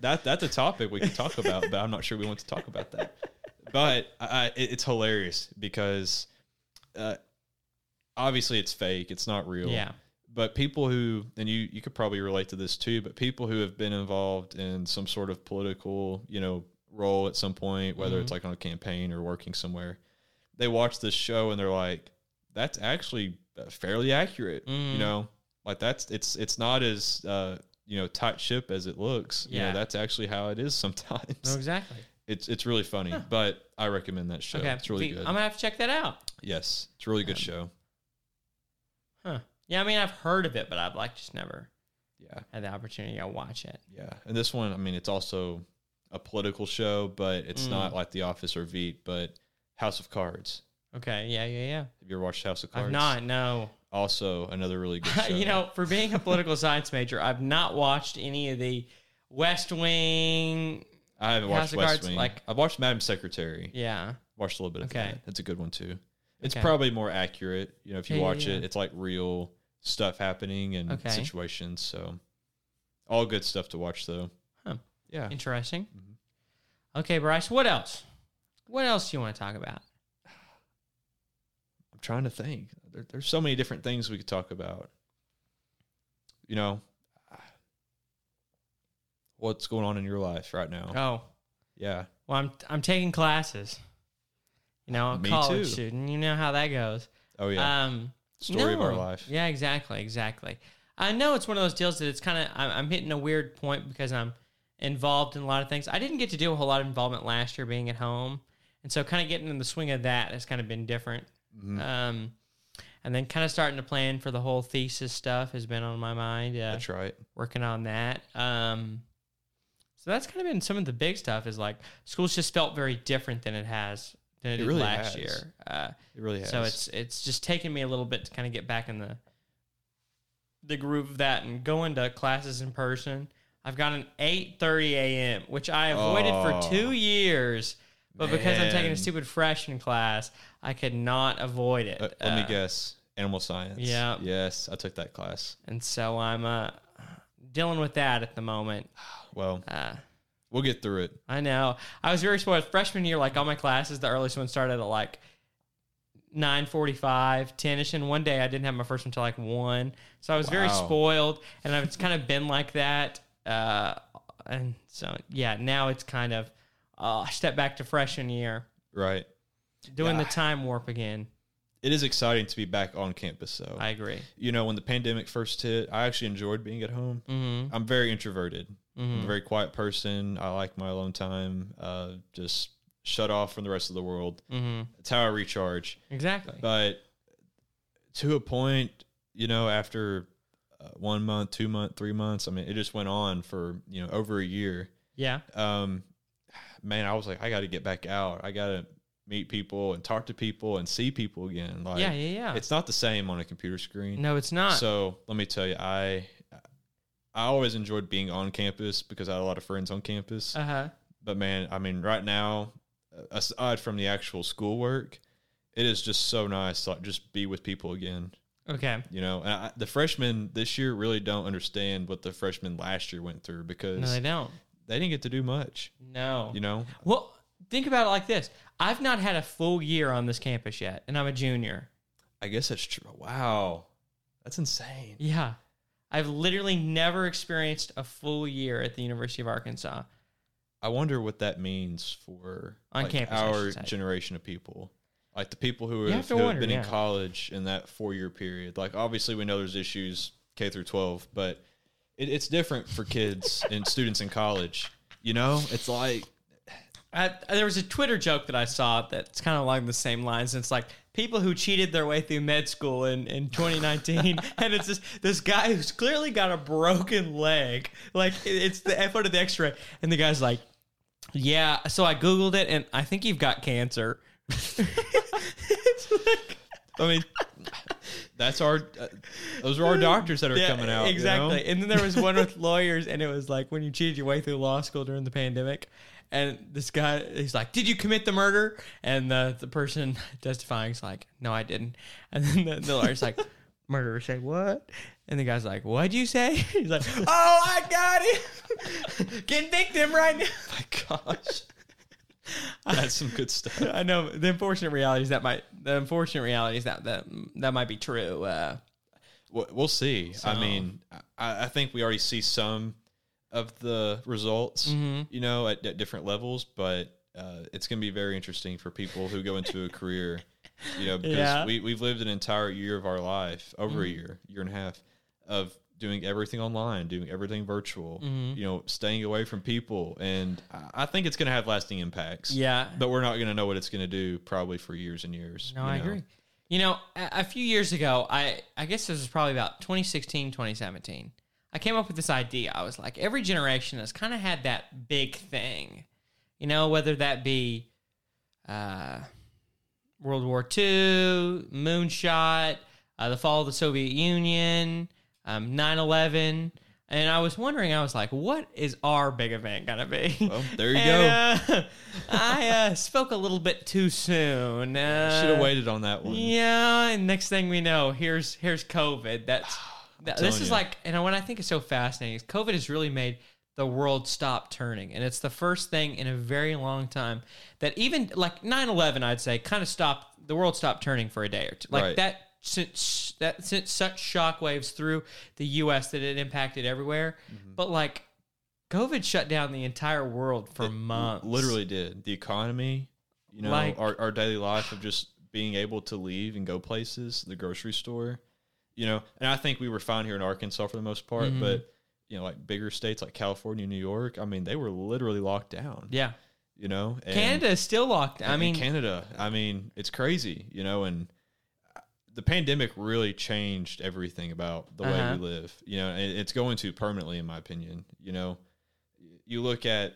Speaker 4: that that's a topic we could talk about, but I'm not sure we want to talk about that. But I, I, it- it's hilarious because uh, obviously it's fake; it's not real.
Speaker 2: Yeah.
Speaker 4: But people who, and you, you could probably relate to this too. But people who have been involved in some sort of political, you know, role at some point, whether
Speaker 2: Mm-hmm.
Speaker 4: it's like on a campaign or working somewhere, they watch this show and they're like, "That's actually uh, fairly accurate."
Speaker 2: Mm.
Speaker 4: You know, like that's it's it's not as uh, you know tight ship as it looks. You
Speaker 2: Yeah.
Speaker 4: know, that's actually how it is sometimes.
Speaker 2: No, exactly.
Speaker 4: It's it's really funny, but I recommend that show.
Speaker 2: okay,
Speaker 4: It's really
Speaker 2: Pete,
Speaker 4: good.
Speaker 2: I'm gonna have to check that out.
Speaker 4: yes, it's a really good show.
Speaker 2: Huh? Yeah, I mean I've heard of it, but I've like just never
Speaker 4: Yeah,
Speaker 2: had the opportunity to watch it.
Speaker 4: yeah. And this one, I mean, it's also a political show, but it's
Speaker 2: Mm.
Speaker 4: not like The Office or Veep, but House of Cards.
Speaker 2: Okay, yeah, yeah, yeah.
Speaker 4: Have you ever watched House of Cards?
Speaker 2: I've not. No,
Speaker 4: Also, another really good show.
Speaker 2: you know, for being a political science major, I've not watched any of the West Wing.
Speaker 4: I haven't
Speaker 2: House
Speaker 4: watched
Speaker 2: of
Speaker 4: West
Speaker 2: Cards,
Speaker 4: Wing.
Speaker 2: like-
Speaker 4: I've watched Madam Secretary.
Speaker 2: Yeah.
Speaker 4: Watched a little bit of
Speaker 2: Okay.
Speaker 4: that. That's a good one too. It's
Speaker 2: Okay.
Speaker 4: probably more accurate. You know, if you
Speaker 2: Yeah, yeah,
Speaker 4: watch it,
Speaker 2: yeah.
Speaker 4: it's like real stuff happening and
Speaker 2: Okay.
Speaker 4: situations. So, all good stuff to watch though.
Speaker 2: Huh.
Speaker 4: Yeah.
Speaker 2: Interesting.
Speaker 4: Mm-hmm.
Speaker 2: Okay, Bryce, what else? What else do you want to talk about?
Speaker 4: I'm trying to think. There, there's so many different things we could talk about. You know, what's going on in your life right now?
Speaker 2: Oh,
Speaker 4: yeah.
Speaker 2: well, I'm I'm taking classes. You know, a
Speaker 4: Me
Speaker 2: college
Speaker 4: too.
Speaker 2: student. You know how that goes.
Speaker 4: Oh yeah.
Speaker 2: Um,
Speaker 4: Story of our
Speaker 2: no.
Speaker 4: life.
Speaker 2: Yeah, exactly, exactly. I know it's one of those deals that it's kind of I'm, I'm hitting a weird point because I'm involved in a lot of things. I didn't get to do a whole lot of involvement last year being at home, and so kind of getting in the swing of that has kind of been different.
Speaker 4: Mm-hmm.
Speaker 2: Um, and then kind of starting to plan for the whole thesis stuff has been on my mind. Uh,
Speaker 4: That's right.
Speaker 2: working on that. Um, so that's kind of been some of the big stuff. Is like school's just felt very different than it has than it,
Speaker 4: It
Speaker 2: did
Speaker 4: really
Speaker 2: last
Speaker 4: has.
Speaker 2: year. Uh,
Speaker 4: It really has.
Speaker 2: So it's it's just taken me a little bit to kind of get back in the the groove of that and going to classes in person. I've got an eight thirty a.m. which I avoided
Speaker 4: Oh.
Speaker 2: for two years but because I'm taking
Speaker 4: Man.
Speaker 2: a stupid freshman class, I could not avoid it.
Speaker 4: Uh, let
Speaker 2: Uh,
Speaker 4: me guess. Animal science.
Speaker 2: yeah.
Speaker 4: Yes, I took that class.
Speaker 2: And so I'm uh, dealing with that at the moment.
Speaker 4: Well,
Speaker 2: Uh,
Speaker 4: we'll get through it.
Speaker 2: I know. I was very spoiled. Freshman year, like all my classes, the earliest one started at like 9.45, 10ish. And one day I didn't have my first one until like 1. So I was very
Speaker 4: Wow.
Speaker 2: spoiled. And I've it's kind of been like that. Uh, and so, yeah, now it's kind of uh, step back to freshman year,
Speaker 4: Right.
Speaker 2: doing
Speaker 4: Yeah.
Speaker 2: the time warp again.
Speaker 4: It is exciting to be back on campus, though.
Speaker 2: I agree.
Speaker 4: you know, when the pandemic first hit, I actually enjoyed being at home.
Speaker 2: Mm-hmm.
Speaker 4: I'm very introverted. I'm a
Speaker 2: Mm-hmm.
Speaker 4: very quiet person. I like my alone time. Uh, just shut off from the rest of the world.
Speaker 2: Mm-hmm.
Speaker 4: It's how I recharge.
Speaker 2: Exactly.
Speaker 4: But to a point, you know, after uh, one month, two month, three months, I mean, it just went on for you know over a year.
Speaker 2: yeah.
Speaker 4: Um, man, I was like, I got to get back out. I got to meet people and talk to people and see people again. Like,
Speaker 2: yeah. Yeah. Yeah.
Speaker 4: it's not the same on a computer screen.
Speaker 2: No, it's not.
Speaker 4: So let me tell you, I I always enjoyed being on campus because I had a lot of friends on campus.
Speaker 2: uh huh.
Speaker 4: but man, I mean, right now, uh, aside from the actual schoolwork, it is just so nice to like, just be with people again.
Speaker 2: Okay.
Speaker 4: You know, and I, the freshmen this year really don't understand what the freshmen last year went through because
Speaker 2: No, they
Speaker 4: they,
Speaker 2: don't.
Speaker 4: didn't get to do much.
Speaker 2: No.
Speaker 4: You know,
Speaker 2: Well, think about it like this. I've not had a full year on this campus yet, and I'm a junior.
Speaker 4: I guess that's true. Wow, that's insane.
Speaker 2: Yeah. I've literally never experienced a full year at the University of Arkansas.
Speaker 4: I wonder what that means for
Speaker 2: On
Speaker 4: like,
Speaker 2: campus, I
Speaker 4: our
Speaker 2: should say.
Speaker 4: generation of people. Like the people who
Speaker 2: You
Speaker 4: have,
Speaker 2: have to
Speaker 4: who have
Speaker 2: wonder,
Speaker 4: been in
Speaker 2: yeah.
Speaker 4: college in that four year period. Like obviously we know there's issues K through twelve, but it, it's different for kids and students in college. You know? It's like
Speaker 2: I, there was a Twitter joke that I saw that's kind of along the same lines. It's like people who cheated their way through med school in, in 2019. and it's this, this guy who's clearly got a broken leg. Like, it- it's the effort of the x ray. And the guy's like, Yeah. So I Googled it, and I think you've got cancer. It's like-
Speaker 4: I mean that's our uh, those are our doctors that are coming out. you know?
Speaker 2: Exactly. And then there was one with lawyers, and it was like when you cheated your way through law school during the pandemic. And this guy, he's like, "Did you commit the murder?" And the the person testifying's like, "No, I didn't." And then the, the lawyer's like, "Murderer say what?" And the guy's like, "What'd you say?" He's like, "Oh, I got him. Convict him right now."
Speaker 4: My gosh. That's some good stuff.
Speaker 2: I know the unfortunate reality is that might the unfortunate reality is that that that might be true. Uh,
Speaker 4: We'll we'll see. I
Speaker 2: So-
Speaker 4: mean, I, I think we already see some of the results,
Speaker 2: Mm-hmm.
Speaker 4: you know, at, at different levels, but uh, it's going to be very interesting for people who go into a career, you know, because
Speaker 2: Yeah. Mm-hmm.
Speaker 4: we, we've lived an entire year of our life, over a year, year and a half, of doing everything online, doing everything virtual,
Speaker 2: Mm-hmm.
Speaker 4: you know, staying away from people. And I, I think it's going to have lasting impacts.
Speaker 2: yeah,
Speaker 4: But we're not going to know what it's going to do probably for years and years.
Speaker 2: No,
Speaker 4: you
Speaker 2: I
Speaker 4: know?
Speaker 2: agree. You know, a, a few years ago, I, I guess this was probably about 2016, 2017. I came up with this idea. I was like, every generation has kind of had that big thing, you know, whether that be uh, World War II, Moonshot, uh, the fall of the Soviet Union, um, 9-11. And I was wondering, I was like, what is our big event going to be?
Speaker 4: Well, there you
Speaker 2: And, uh, I uh, spoke a little bit too soon.
Speaker 4: go.
Speaker 2: Uh,
Speaker 4: Should have waited on that one.
Speaker 2: Yeah, and next thing we know, here's here's COVID. That's th- this
Speaker 4: telling
Speaker 2: is
Speaker 4: you.
Speaker 2: like, and what I think is so fascinating is COVID has really made the world stop turning, and it's the first thing in a very long time that even like 9-11, I'd say, kind of stopped the world stopped turning for a day or two, like
Speaker 4: Right.
Speaker 2: that. Since that sent such shockwaves through the U.S. that it impacted everywhere,
Speaker 4: Mm-hmm.
Speaker 2: but like COVID shut down the entire world for months.
Speaker 4: literally did the economy you know
Speaker 2: Like-
Speaker 4: our, our daily life of just being able to leave and go places the grocery store you know and i think we were fine here in arkansas for the most part
Speaker 2: Mhm.
Speaker 4: but you know like bigger states like california new york i mean they were literally locked down
Speaker 2: Yeah.
Speaker 4: you know and,
Speaker 2: Canada is still locked. I
Speaker 4: and
Speaker 2: mean,
Speaker 4: canada i mean it's crazy you know and uh, the pandemic really changed everything about the way
Speaker 2: Uh-huh.
Speaker 4: we live you know and it's going to permanently in my opinion you know you look at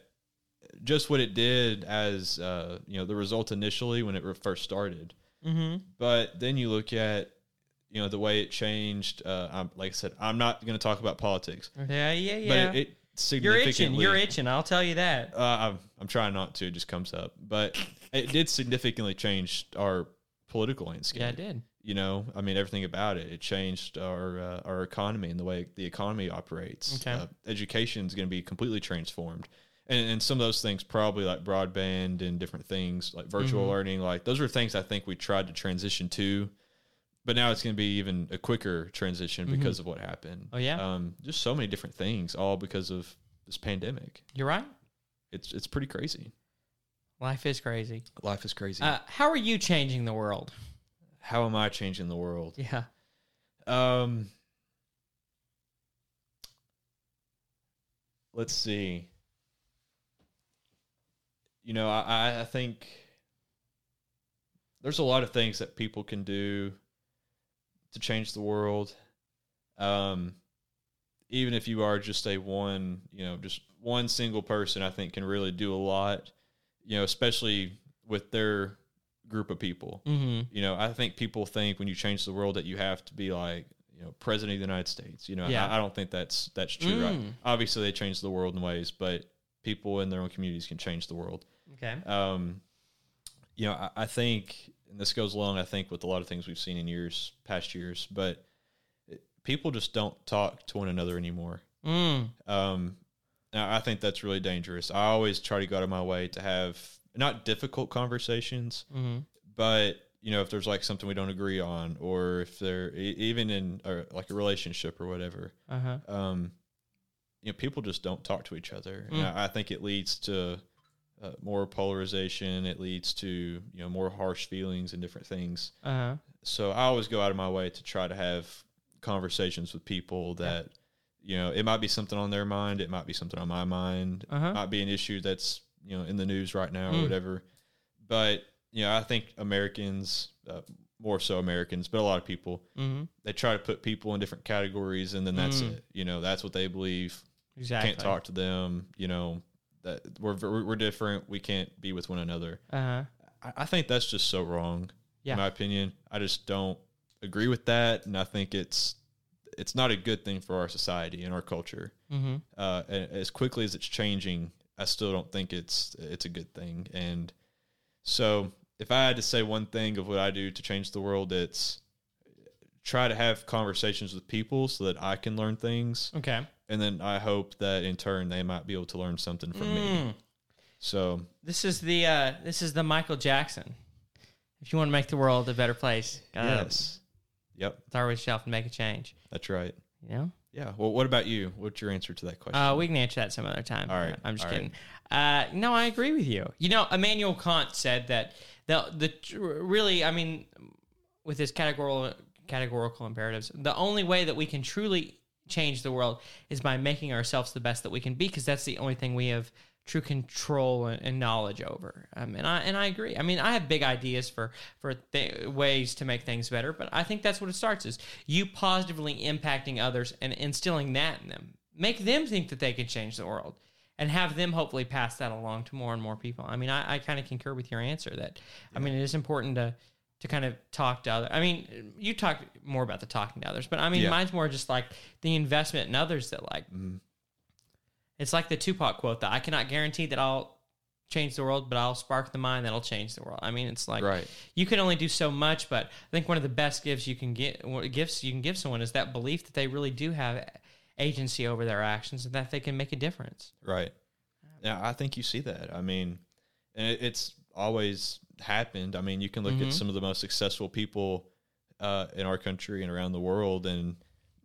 Speaker 4: just what it did as uh, you know the result initially when it re- first started,
Speaker 2: mhm.
Speaker 4: but then you look at you know the way it changed. Uh, I'm, like I said, I'm not going to talk about politics,
Speaker 2: yeah, yeah, yeah.
Speaker 4: but it, it
Speaker 2: You're
Speaker 4: significantly.
Speaker 2: itching. You're itching. I'll tell you that.
Speaker 4: Uh, I'm, I'm trying not to. It just comes up, but it did significantly change our political landscape.
Speaker 2: Yeah, I did.
Speaker 4: You know, I mean, everything about it. It changed our uh, our economy and the way the economy operates.
Speaker 2: Okay.
Speaker 4: Uh, Education is going to be completely transformed, and and some of those things probably like broadband and different things like virtual
Speaker 2: Mm-hmm.
Speaker 4: learning. Like those are things I think we tried to transition to, but now it's going to be even a quicker transition because of what happened.
Speaker 2: Mm-hmm. Oh, yeah?
Speaker 4: Um, just so many different things, all because of this pandemic.
Speaker 2: You're right.
Speaker 4: It's it's pretty crazy.
Speaker 2: Life is crazy.
Speaker 4: Life is crazy.
Speaker 2: Uh, how are you changing the world?
Speaker 4: How am I changing the world?
Speaker 2: Yeah.
Speaker 4: Um, let's see. You know, I- I, I think there's a lot of things that people can do to change the world. Um, even if you are just a one, you know, just one single person, I think can really do a lot, you know, especially with their group of people
Speaker 2: Mm-hmm.
Speaker 4: you know, I think people think when you change the world that you have to be like, you know, president of the United States. You know, and
Speaker 2: Yeah.
Speaker 4: I, I don't think that's that's true. Right?
Speaker 2: Mm.
Speaker 4: Obviously, they change the world in ways, but people in their own communities can change the world.
Speaker 2: Okay.
Speaker 4: Um, you know, I, I think, and this goes along, I think, with a lot of things we've seen in years, past years, but it- people just don't talk to one another anymore.
Speaker 2: Mm.
Speaker 4: Um, now I think that's really dangerous. I always try to go out of my way to have not difficult conversations,
Speaker 2: hmm
Speaker 4: but you know if there's like something we don't agree on or if they're e- even in or like a relationship or whatever
Speaker 2: Uh huh.
Speaker 4: um you know people just don't talk to each other
Speaker 2: Mm.
Speaker 4: and I, I think it leads to uh, more polarization it leads to you know more harsh feelings and different things
Speaker 2: Uh huh.
Speaker 4: so i always go out of my way to try to have conversations with people that you know it might be something on their mind it might be something on my mind
Speaker 2: Uh huh.
Speaker 4: might be an issue that's you know in the news right now or
Speaker 2: Mm.
Speaker 4: whatever. But you know, I think Americans, uh, more so Americans, but a lot of people,
Speaker 2: Mm-hmm.
Speaker 4: they try to put people in different categories, and then that's
Speaker 2: Mm.
Speaker 4: it. You know, that's what they believe.
Speaker 2: Exactly.
Speaker 4: Can't talk to them. You know, that we're we're we're different. We can't be with one another.
Speaker 2: Uh huh.
Speaker 4: I, I think that's just so wrong.
Speaker 2: Yeah.
Speaker 4: In my opinion, I just don't agree with that, and I think it's it's not a good thing for our society and our culture
Speaker 2: Mm-hmm.
Speaker 4: uh, a- as quickly as it's changing, I still don't think it's it's a good thing. And so, if I had to say one thing of what I do to change the world, it's try to have conversations with people so that I can learn things,
Speaker 2: Okay.
Speaker 4: and then I hope that in turn they might be able to learn something from me.
Speaker 2: Mm.
Speaker 4: So,
Speaker 2: This is the uh, this is the Michael Jackson. If you want to make the world a better place, uh, gotta
Speaker 4: yes, yep,
Speaker 2: start with yourself and make a change.
Speaker 4: that's right.
Speaker 2: You know.
Speaker 4: Yeah. Well, what about you? What's your answer to that question?
Speaker 2: Uh, we can answer that some other time.
Speaker 4: All right,
Speaker 2: I'm just
Speaker 4: all right.
Speaker 2: kidding. Uh, no, I agree with you. You know, Immanuel Kant said that the the tr- really, I mean, with his categorical categorical imperatives, the only way that we can truly change the world is by making ourselves the best that we can be, because that's the only thing we have true control and, and knowledge over. Um, and I and I agree. I mean, I have big ideas for for th- ways to make things better, but I think that's what it starts is you positively impacting others and instilling that in them. Make them think that they can change the world and have them hopefully pass that along to more and more people. I mean, I, I kind of concur with your answer that I mean, it is important to to kind of talk to other. I mean, you talk more about the talking to others, but I mean,
Speaker 4: Yeah. Mm-hmm.
Speaker 2: mine's more just like the investment in others that like it's like the Tupac quote that I cannot guarantee that I'll change the world, but I'll spark the mind that'll change the world. I mean, it's like
Speaker 4: Right.
Speaker 2: you can only do so much, but I think one of the best gifts you can get what gifts you can give someone is that belief that they really do have agency over their actions and that they can make a difference.
Speaker 4: Right. Yeah, I think you see that. I mean, and it, it's always happened. I mean, you can look
Speaker 2: Mhm.
Speaker 4: at some of the most successful people uh, in our country and around the world, and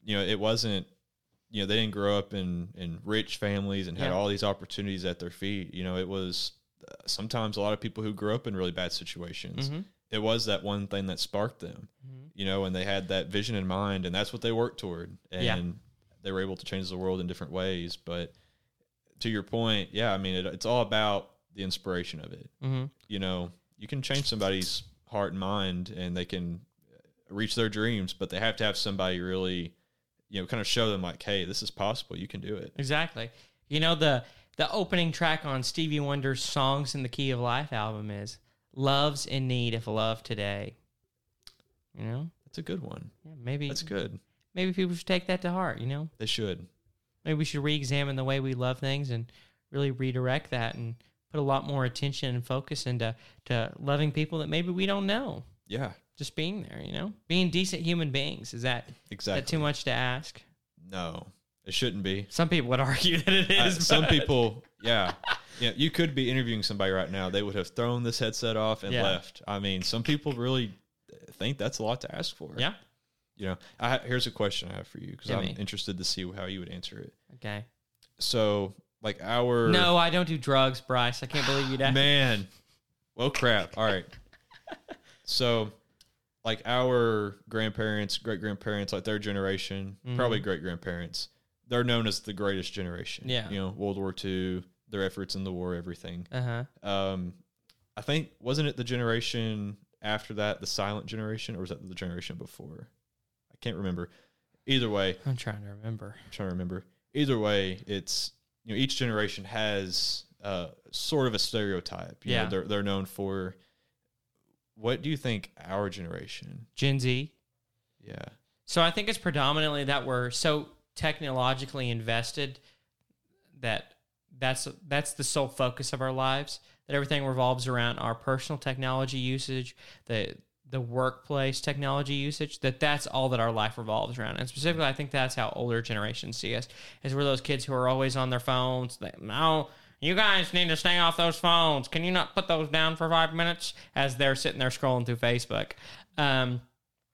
Speaker 4: you know, it wasn't. You know, they didn't grow up in in rich families and had
Speaker 2: Yeah.
Speaker 4: all these opportunities at their feet. You know, it was uh, sometimes a lot of people who grew up in really bad situations.
Speaker 2: Mhm.
Speaker 4: It was that one thing that sparked them. You know, and they had that vision in mind, and that's what they worked toward, and
Speaker 2: Yeah.
Speaker 4: they were able to change the world in different ways. But to your point, yeah, I mean, it, it's all about the inspiration of it.
Speaker 2: Mm-hmm.
Speaker 4: You know, you can change somebody's heart and mind, and they can reach their dreams, but they have to have somebody really, you know, kind of show them like, hey, this is possible. You can do it.
Speaker 2: Exactly. You know the the opening track on Stevie Wonder's "Songs in the Key of Life" album is "Love's in Need of Love Today." You know,
Speaker 4: That's a good one.
Speaker 2: yeah, maybe
Speaker 4: That's good.
Speaker 2: maybe people should take that to heart. You know,
Speaker 4: They should.
Speaker 2: maybe we should re-examine the way we love things and really redirect that and put a lot more attention and focus into to loving people that maybe we don't know.
Speaker 4: Yeah,
Speaker 2: Just being there, you know, being decent human beings. Is that
Speaker 4: exactly.
Speaker 2: that too much to ask?
Speaker 4: No, it shouldn't be.
Speaker 2: Some people would argue that it
Speaker 4: Uh,
Speaker 2: is.
Speaker 4: some
Speaker 2: but-
Speaker 4: people, yeah, yeah. You could be interviewing somebody right now; they would have thrown this headset off and
Speaker 2: Yeah.
Speaker 4: left. I mean, some people really think that's a lot to ask for.
Speaker 2: yeah.
Speaker 4: You know, I, here's a question I have for you because
Speaker 2: Hit
Speaker 4: I'm
Speaker 2: me.
Speaker 4: interested to see how you would answer it.
Speaker 2: Okay.
Speaker 4: So, like our
Speaker 2: No, I don't do drugs, Bryce. I can't believe you'd ask.
Speaker 4: man, well, crap. All right. So, like our grandparents, great grandparents, like their generation,
Speaker 2: Mm-hmm.
Speaker 4: probably great grandparents, they're known as the greatest generation.
Speaker 2: Yeah.
Speaker 4: You know, World War II, their efforts in the war, everything.
Speaker 2: Uh huh.
Speaker 4: Um, I think wasn't it the generation after that, the silent generation, or was that the generation before? I can't remember. Either way,
Speaker 2: I'm trying to remember.
Speaker 4: I'm trying to remember. Either way, it's you know each generation has uh, sort of a stereotype. You
Speaker 2: Yeah.
Speaker 4: know, they're they're known for. What do you think our generation?
Speaker 2: Gen Z.
Speaker 4: Yeah,
Speaker 2: So I think it's predominantly that we're so technologically invested that that's that's the sole focus of our lives. That everything revolves around our personal technology usage, the the workplace technology usage. That that's all that our life revolves around. And specifically, I think that's how older generations see us. Is we're those kids who are always on their phones. That no. You guys need to stay off those phones. Can you not put those down for five minutes? As they're sitting there scrolling through Facebook. Um,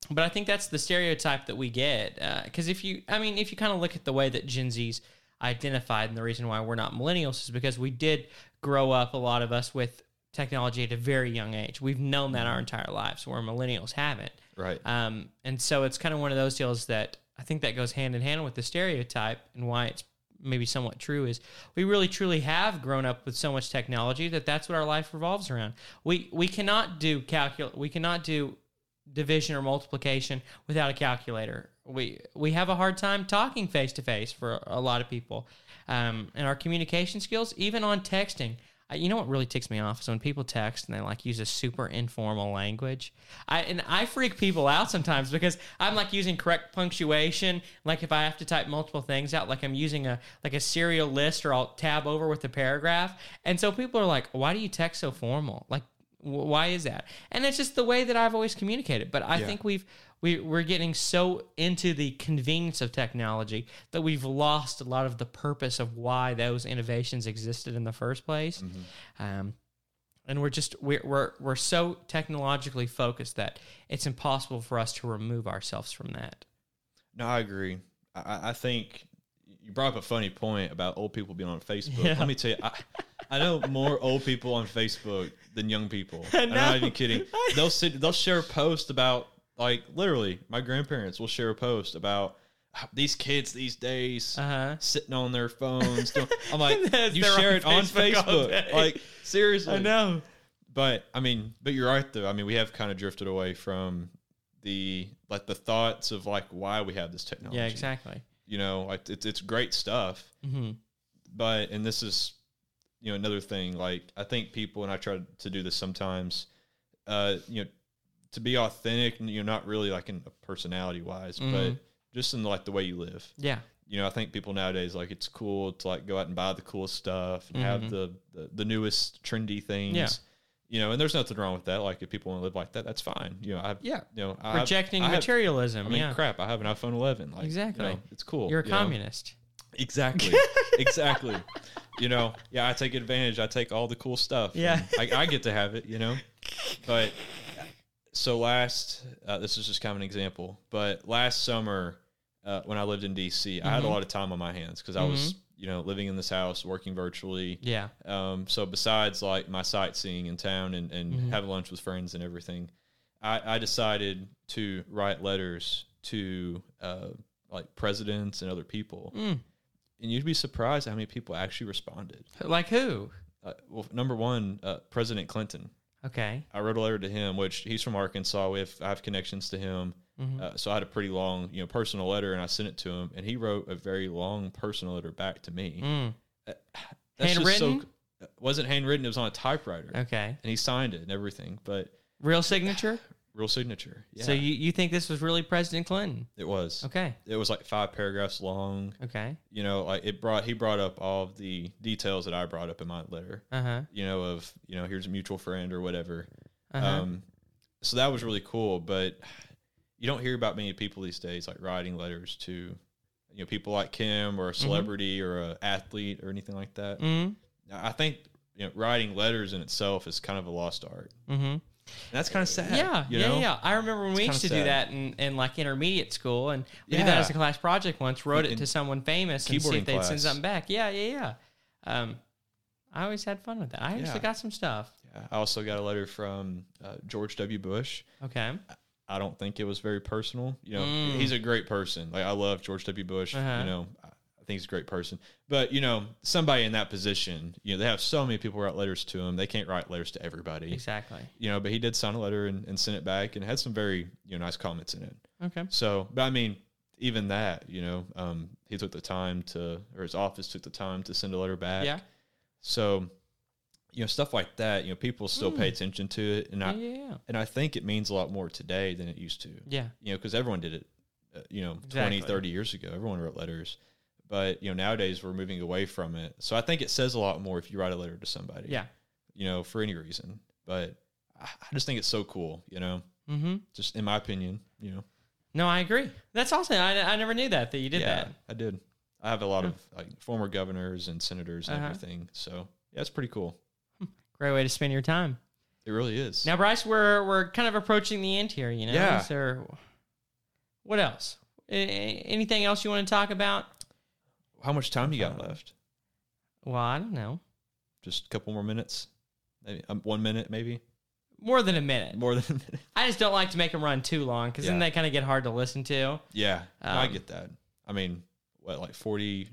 Speaker 2: but I think that's the stereotype that we get. Because if you, I mean, if you kind of look at the way that Gen Z's identified, and the reason why we're not millennials is because we did grow up a lot of us with technology at a very young age. We've known that our entire lives, where millennials haven't.
Speaker 4: right.
Speaker 2: Um, and so it's kind of one of those deals that I think that goes hand in hand with the stereotype and why it's maybe somewhat true is we really truly have grown up with so much technology that that's what our life revolves around. We we cannot do calcul we cannot do division or multiplication without a calculator. We we have a hard time talking face to face for a lot of people, um, and our communication skills, even on texting. I, you know what really ticks me off is when people text and they like use a super informal language. I and I freak people out sometimes because I'm like using correct punctuation. Like if I have to type multiple things out, like I'm using a like a serial list or I'll tab over with a paragraph, and so people are like, "Why do you text so formal?" Like W- why is that and it's just the way that i've always communicated but i
Speaker 4: Yeah.
Speaker 2: think we've we, we're getting so into the convenience of technology that we've lost a lot of the purpose of why those innovations existed in the first place um, and we're just we're, we're we're so technologically focused that it's impossible for us to remove ourselves from that
Speaker 4: No, I agree. I- I, I think you brought up a funny point about old people being on Facebook.
Speaker 2: Yeah.
Speaker 4: Let me tell you, I, I know more old people on Facebook than young people.
Speaker 2: I
Speaker 4: I'm not
Speaker 2: know.
Speaker 4: even kidding. They'll sit, they'll share a post about like literally. My grandparents will share a post about "Ah, these kids these days
Speaker 2: uh-huh
Speaker 4: sitting on their phones. doing-" I'm like,
Speaker 2: Yes,
Speaker 4: you
Speaker 2: they're
Speaker 4: share
Speaker 2: on
Speaker 4: it on
Speaker 2: Facebook all
Speaker 4: Facebook.
Speaker 2: day.
Speaker 4: Like seriously,
Speaker 2: know
Speaker 4: but I mean, but you're right though. I mean, we have kind of drifted away from the like the thoughts of like why we have this technology.
Speaker 2: yeah exactly
Speaker 4: You know, like it's it's great stuff,
Speaker 2: hmm
Speaker 4: but and this is you know another thing. Like I think people and I try to do this sometimes. Uh, you know, to be authentic, and you're not really like in personality wise, but
Speaker 2: Mhm.
Speaker 4: just in like the way you live
Speaker 2: yeah
Speaker 4: you know, I think people nowadays like it's cool to like go out and buy the coolest stuff and have
Speaker 2: Mhm.
Speaker 4: the, the the newest trendy things.
Speaker 2: Yeah.
Speaker 4: You know, and there's nothing wrong with that. Like if people want to live like that, that's fine. You know, I
Speaker 2: Yeah.
Speaker 4: You know, I have-
Speaker 2: rejecting
Speaker 4: I have-
Speaker 2: materialism
Speaker 4: I mean,
Speaker 2: yeah
Speaker 4: crap. I have an iPhone 11. Like, you
Speaker 2: Exactly.
Speaker 4: know, it's cool.
Speaker 2: you're a
Speaker 4: you know?
Speaker 2: communist
Speaker 4: Exactly. exactly. You know, yeah, I take advantage. I take all the cool stuff.
Speaker 2: Yeah.
Speaker 4: And I, I get to have it, you know? But so last, uh, this is just kind of an example, but last summer uh, when I lived in DC, I had a lot of time on my hands because I was, you know, living in this house, working virtually.
Speaker 2: yeah
Speaker 4: Um, so besides like my sightseeing in town and, and having lunch with friends and everything, I, I decided to write letters to uh, like presidents and other people.
Speaker 2: Mm.
Speaker 4: And you'd be surprised how many people actually responded.
Speaker 2: like who
Speaker 4: Uh, well, number one, uh, President Clinton.
Speaker 2: okay
Speaker 4: I wrote a letter to him, which he's from Arkansas. We have, I have connections to him.
Speaker 2: Mm-hmm.
Speaker 4: Uh, so I had a pretty long, you know, personal letter and I sent it to him and he wrote a very long personal letter back to me.
Speaker 2: Mm. Handwritten?
Speaker 4: so uh, it wasn't handwritten, it was on a typewriter.
Speaker 2: Okay.
Speaker 4: And he signed it and everything, but
Speaker 2: Real signature?
Speaker 4: Real signature. Yeah.
Speaker 2: So you, you think this was really President Clinton?
Speaker 4: it was.
Speaker 2: Okay.
Speaker 4: It was like five paragraphs long.
Speaker 2: Okay.
Speaker 4: You know, like it brought he brought up all of the details that I brought up in my letter.
Speaker 2: Uh huh.
Speaker 4: You know, of you know, here's a mutual friend or whatever.
Speaker 2: Uh huh.
Speaker 4: Um, so that was really cool, but you don't hear about many people these days like writing letters to you know people like Kim or a celebrity or a athlete or anything like that.
Speaker 2: Mm-hmm. mm
Speaker 4: I think you know writing letters in itself is kind of a lost art.
Speaker 2: hmm.
Speaker 4: And that's kind of sad.
Speaker 2: Yeah,
Speaker 4: you
Speaker 2: yeah,
Speaker 4: know?
Speaker 2: yeah. I remember when we
Speaker 4: It's
Speaker 2: used to
Speaker 4: kinda
Speaker 2: do
Speaker 4: sad.
Speaker 2: that in, in like intermediate school, and we did that
Speaker 4: Yeah.
Speaker 2: as a class project once. Wrote it
Speaker 4: In
Speaker 2: to someone famous and see
Speaker 4: keyboarding
Speaker 2: if they'd send
Speaker 4: class.
Speaker 2: something back. Yeah, yeah, yeah. Um, I always had fun with that. I actually
Speaker 4: Yeah.
Speaker 2: got some stuff.
Speaker 4: Yeah. I also got a letter from uh, George W. Bush.
Speaker 2: Okay,
Speaker 4: I don't think it was very personal. You know,
Speaker 2: Mm.
Speaker 4: he's a great person. Like I love George W. Bush.
Speaker 2: Uh-huh.
Speaker 4: You know, I I think he's a great person. But you know, somebody in that position, you know, they have so many people write letters to him. They can't write letters to everybody.
Speaker 2: exactly.
Speaker 4: You know, but he did sign a letter and, and sent it back and had some very you know nice comments in it.
Speaker 2: Okay,
Speaker 4: So, but I mean, even that, you know, um, he took the time to, or his office took the time to send a letter back.
Speaker 2: yeah,
Speaker 4: So, you know, stuff like that. You know, people still pay attention to it, and
Speaker 2: Mm. yeah,
Speaker 4: I
Speaker 2: yeah, yeah.
Speaker 4: and I think it means a lot more today than it used to.
Speaker 2: Yeah.
Speaker 4: You know, because everyone did it, uh, you know,
Speaker 2: Exactly.
Speaker 4: twenty, thirty 20, 30 years ago. Everyone wrote letters. But, you know, nowadays we're moving away from it. So I think it says a lot more if you write a letter to somebody,
Speaker 2: yeah.
Speaker 4: you know, for any reason. But I I just think it's so cool, you know,
Speaker 2: Mm-hmm.
Speaker 4: just in my opinion, you know.
Speaker 2: No, I agree. That's awesome. I, I never knew that that you did
Speaker 4: yeah,
Speaker 2: that.
Speaker 4: I did. I have a lot of like former governors and senators and
Speaker 2: Uh-huh.
Speaker 4: everything. So yeah, it's pretty cool.
Speaker 2: Great way to spend your time.
Speaker 4: It really is.
Speaker 2: Now, Bryce, we're we're kind of approaching the end here. You know,
Speaker 4: Yeah.
Speaker 2: Is there, what else? A- a- anything else you want to talk about?
Speaker 4: How much time you
Speaker 2: Uh-huh.
Speaker 4: got left?
Speaker 2: Well, I don't know.
Speaker 4: Just a couple more minutes, maybe um, one minute, maybe
Speaker 2: More than a minute.
Speaker 4: more than a minute.
Speaker 2: I just don't like to make them run too long because then
Speaker 4: Yeah.
Speaker 2: they kind of get hard to listen to.
Speaker 4: Yeah, no, I
Speaker 2: Um,
Speaker 4: get that. I mean, what like 40,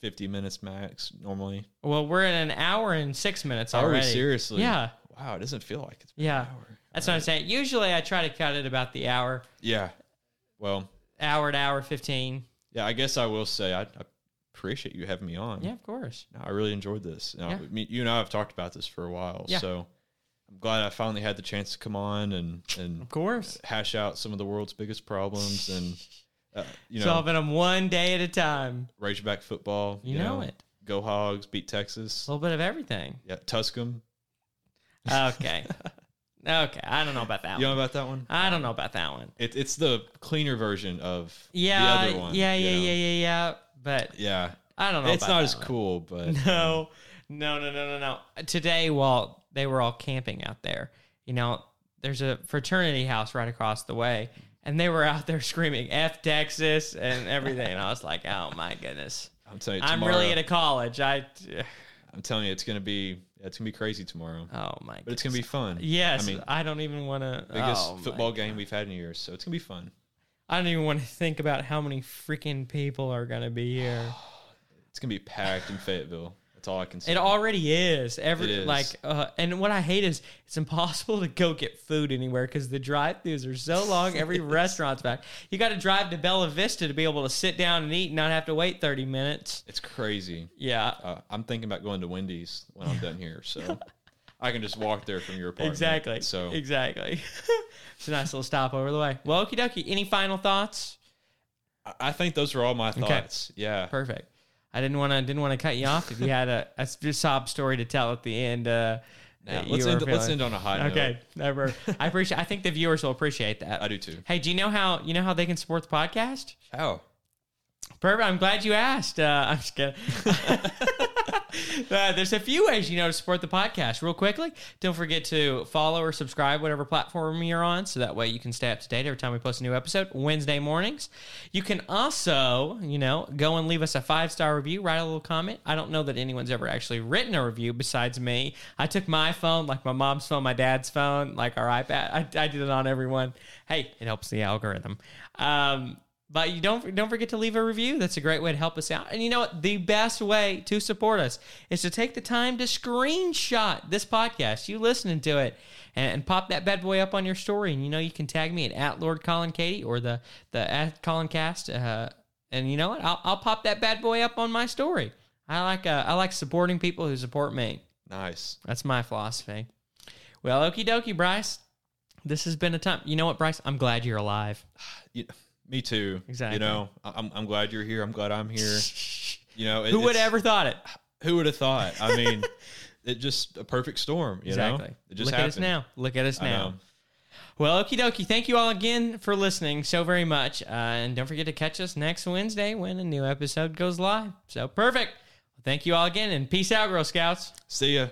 Speaker 4: 50 minutes max normally.
Speaker 2: Well, we're in an hour and six minutes
Speaker 4: Are we
Speaker 2: already.
Speaker 4: seriously?
Speaker 2: Yeah.
Speaker 4: Wow, it doesn't feel like it's been
Speaker 2: Yeah.
Speaker 4: an hour.
Speaker 2: That's what I'm saying. Usually, I try to cut it about the hour,
Speaker 4: Yeah. Well,
Speaker 2: hour to hour fifteen.
Speaker 4: yeah. I guess I will say I, I appreciate you having me on.
Speaker 2: Yeah, of course.
Speaker 4: No, I really enjoyed this. Now,
Speaker 2: Yeah.
Speaker 4: I mean, you and I have talked about this for a while,
Speaker 2: Yeah.
Speaker 4: so I'm glad I finally had the chance to come on and and
Speaker 2: Of course.
Speaker 4: hash out some of the world's biggest problems and uh, you know
Speaker 2: Solving them one day at a time.
Speaker 4: Razorback football.
Speaker 2: You know it.
Speaker 4: Go Hogs, beat
Speaker 2: A
Speaker 4: Texas.
Speaker 2: little bit of everything.
Speaker 4: Yeah, Tuscum.
Speaker 2: Okay. okay. I don't know about that
Speaker 4: You know
Speaker 2: one.
Speaker 4: about that one?
Speaker 2: I don't know about that one.
Speaker 4: It, it's the cleaner version of
Speaker 2: Yeah.
Speaker 4: the other one.
Speaker 2: yeah. Yeah.
Speaker 4: you know?
Speaker 2: Yeah. Yeah. Yeah. But
Speaker 4: yeah.
Speaker 2: I don't know.
Speaker 4: It's
Speaker 2: about
Speaker 4: not
Speaker 2: that
Speaker 4: as
Speaker 2: one.
Speaker 4: cool, but
Speaker 2: No, no, no, no, no, no. Today, while they were all camping out there, you know, there's a fraternity house right across the way, and they were out there screaming "F Texas" and everything. And I was like, "Oh my goodness,
Speaker 4: I'm telling you,
Speaker 2: I'm
Speaker 4: tomorrow,
Speaker 2: really at a college." I,
Speaker 4: I'm telling you, it's gonna be it's gonna be crazy tomorrow,
Speaker 2: oh my,
Speaker 4: but it's gonna be fun.
Speaker 2: Yes, Oh, I,
Speaker 4: I mean,
Speaker 2: don't even want to.
Speaker 4: biggest football game we've had in years, so it's gonna be fun.
Speaker 2: I don't even want to think about how many freaking people are gonna be here.
Speaker 4: It's gonna be packed in Fayetteville. That's all I can say.
Speaker 2: It already is. Every
Speaker 4: It is.
Speaker 2: like, uh, and what I hate is it's impossible to go get food anywhere because the drive-throughs are so long. Every restaurant's back. You got to drive to Bella Vista to be able to sit down and eat, and not have to wait thirty minutes.
Speaker 4: It's crazy.
Speaker 2: Yeah,
Speaker 4: Uh, I'm thinking about going to Wendy's when I'm done here, so I can just walk there from your apartment.
Speaker 2: exactly.
Speaker 4: So
Speaker 2: exactly. it's a nice little stop over the way. Well, okie dokie. Any final thoughts?
Speaker 4: I- I think those are all my thoughts. Yeah.
Speaker 2: Perfect. I didn't want to didn't want to cut you off if you had a, a sob story to tell at the end. Uh,
Speaker 4: Now,
Speaker 2: that you
Speaker 4: let's
Speaker 2: were
Speaker 4: end. Let's
Speaker 2: feeling.
Speaker 4: end on a high note.
Speaker 2: Okay, never. I appreciate. I think the viewers will appreciate that.
Speaker 4: I do too.
Speaker 2: Hey, do you know how you know how they can support the podcast?
Speaker 4: How?
Speaker 2: Perfect. I'm glad you asked. Uh, I'm just kidding. Uh, there's a few ways you know to support the podcast. Real quickly, don't forget to follow or subscribe whatever platform you're on, so that way you can stay up to date every time we post a new episode Wednesday mornings. You can also, you know, go and leave us a five star review, write a little comment. I don't know that anyone's ever actually written a review besides me. I took my phone, like my mom's phone, my dad's phone, like our iPad. I, I did it on everyone. Hey, it helps the algorithm. Um, but you don't don't forget to leave a review. That's a great way to help us out. And you know what? The best way to support us is to take the time to screenshot this podcast, you listening to it, and, and pop that bad boy up on your story. And you know you can tag me at, at Lord Colin Katie or the the at Colin Cast. Uh, and you know what? I'll, I'll pop that bad boy up on my story. I like uh, I like supporting people who support me.
Speaker 4: Nice.
Speaker 2: That's my philosophy. Well, okie dokie, Bryce. This has been a time. You know what, Bryce? I'm glad you're alive.
Speaker 4: You- me too.
Speaker 2: Exactly.
Speaker 4: You know, I- I'm, I'm glad you're here. I'm glad I'm here. You know, it-
Speaker 2: Who would
Speaker 4: it's-
Speaker 2: ever thought it?
Speaker 4: Who would have thought? I mean, it just a perfect storm. You
Speaker 2: Exactly.
Speaker 4: Know? It just
Speaker 2: Look
Speaker 4: happened.
Speaker 2: at us now. Look at us
Speaker 4: I
Speaker 2: now.
Speaker 4: know.
Speaker 2: Well, okie dokie. Thank you all again for listening so very much. Uh, and don't forget to catch us next Wednesday when a new episode goes live. So perfect. Thank you all again and peace out, Girl Scouts.
Speaker 4: See ya.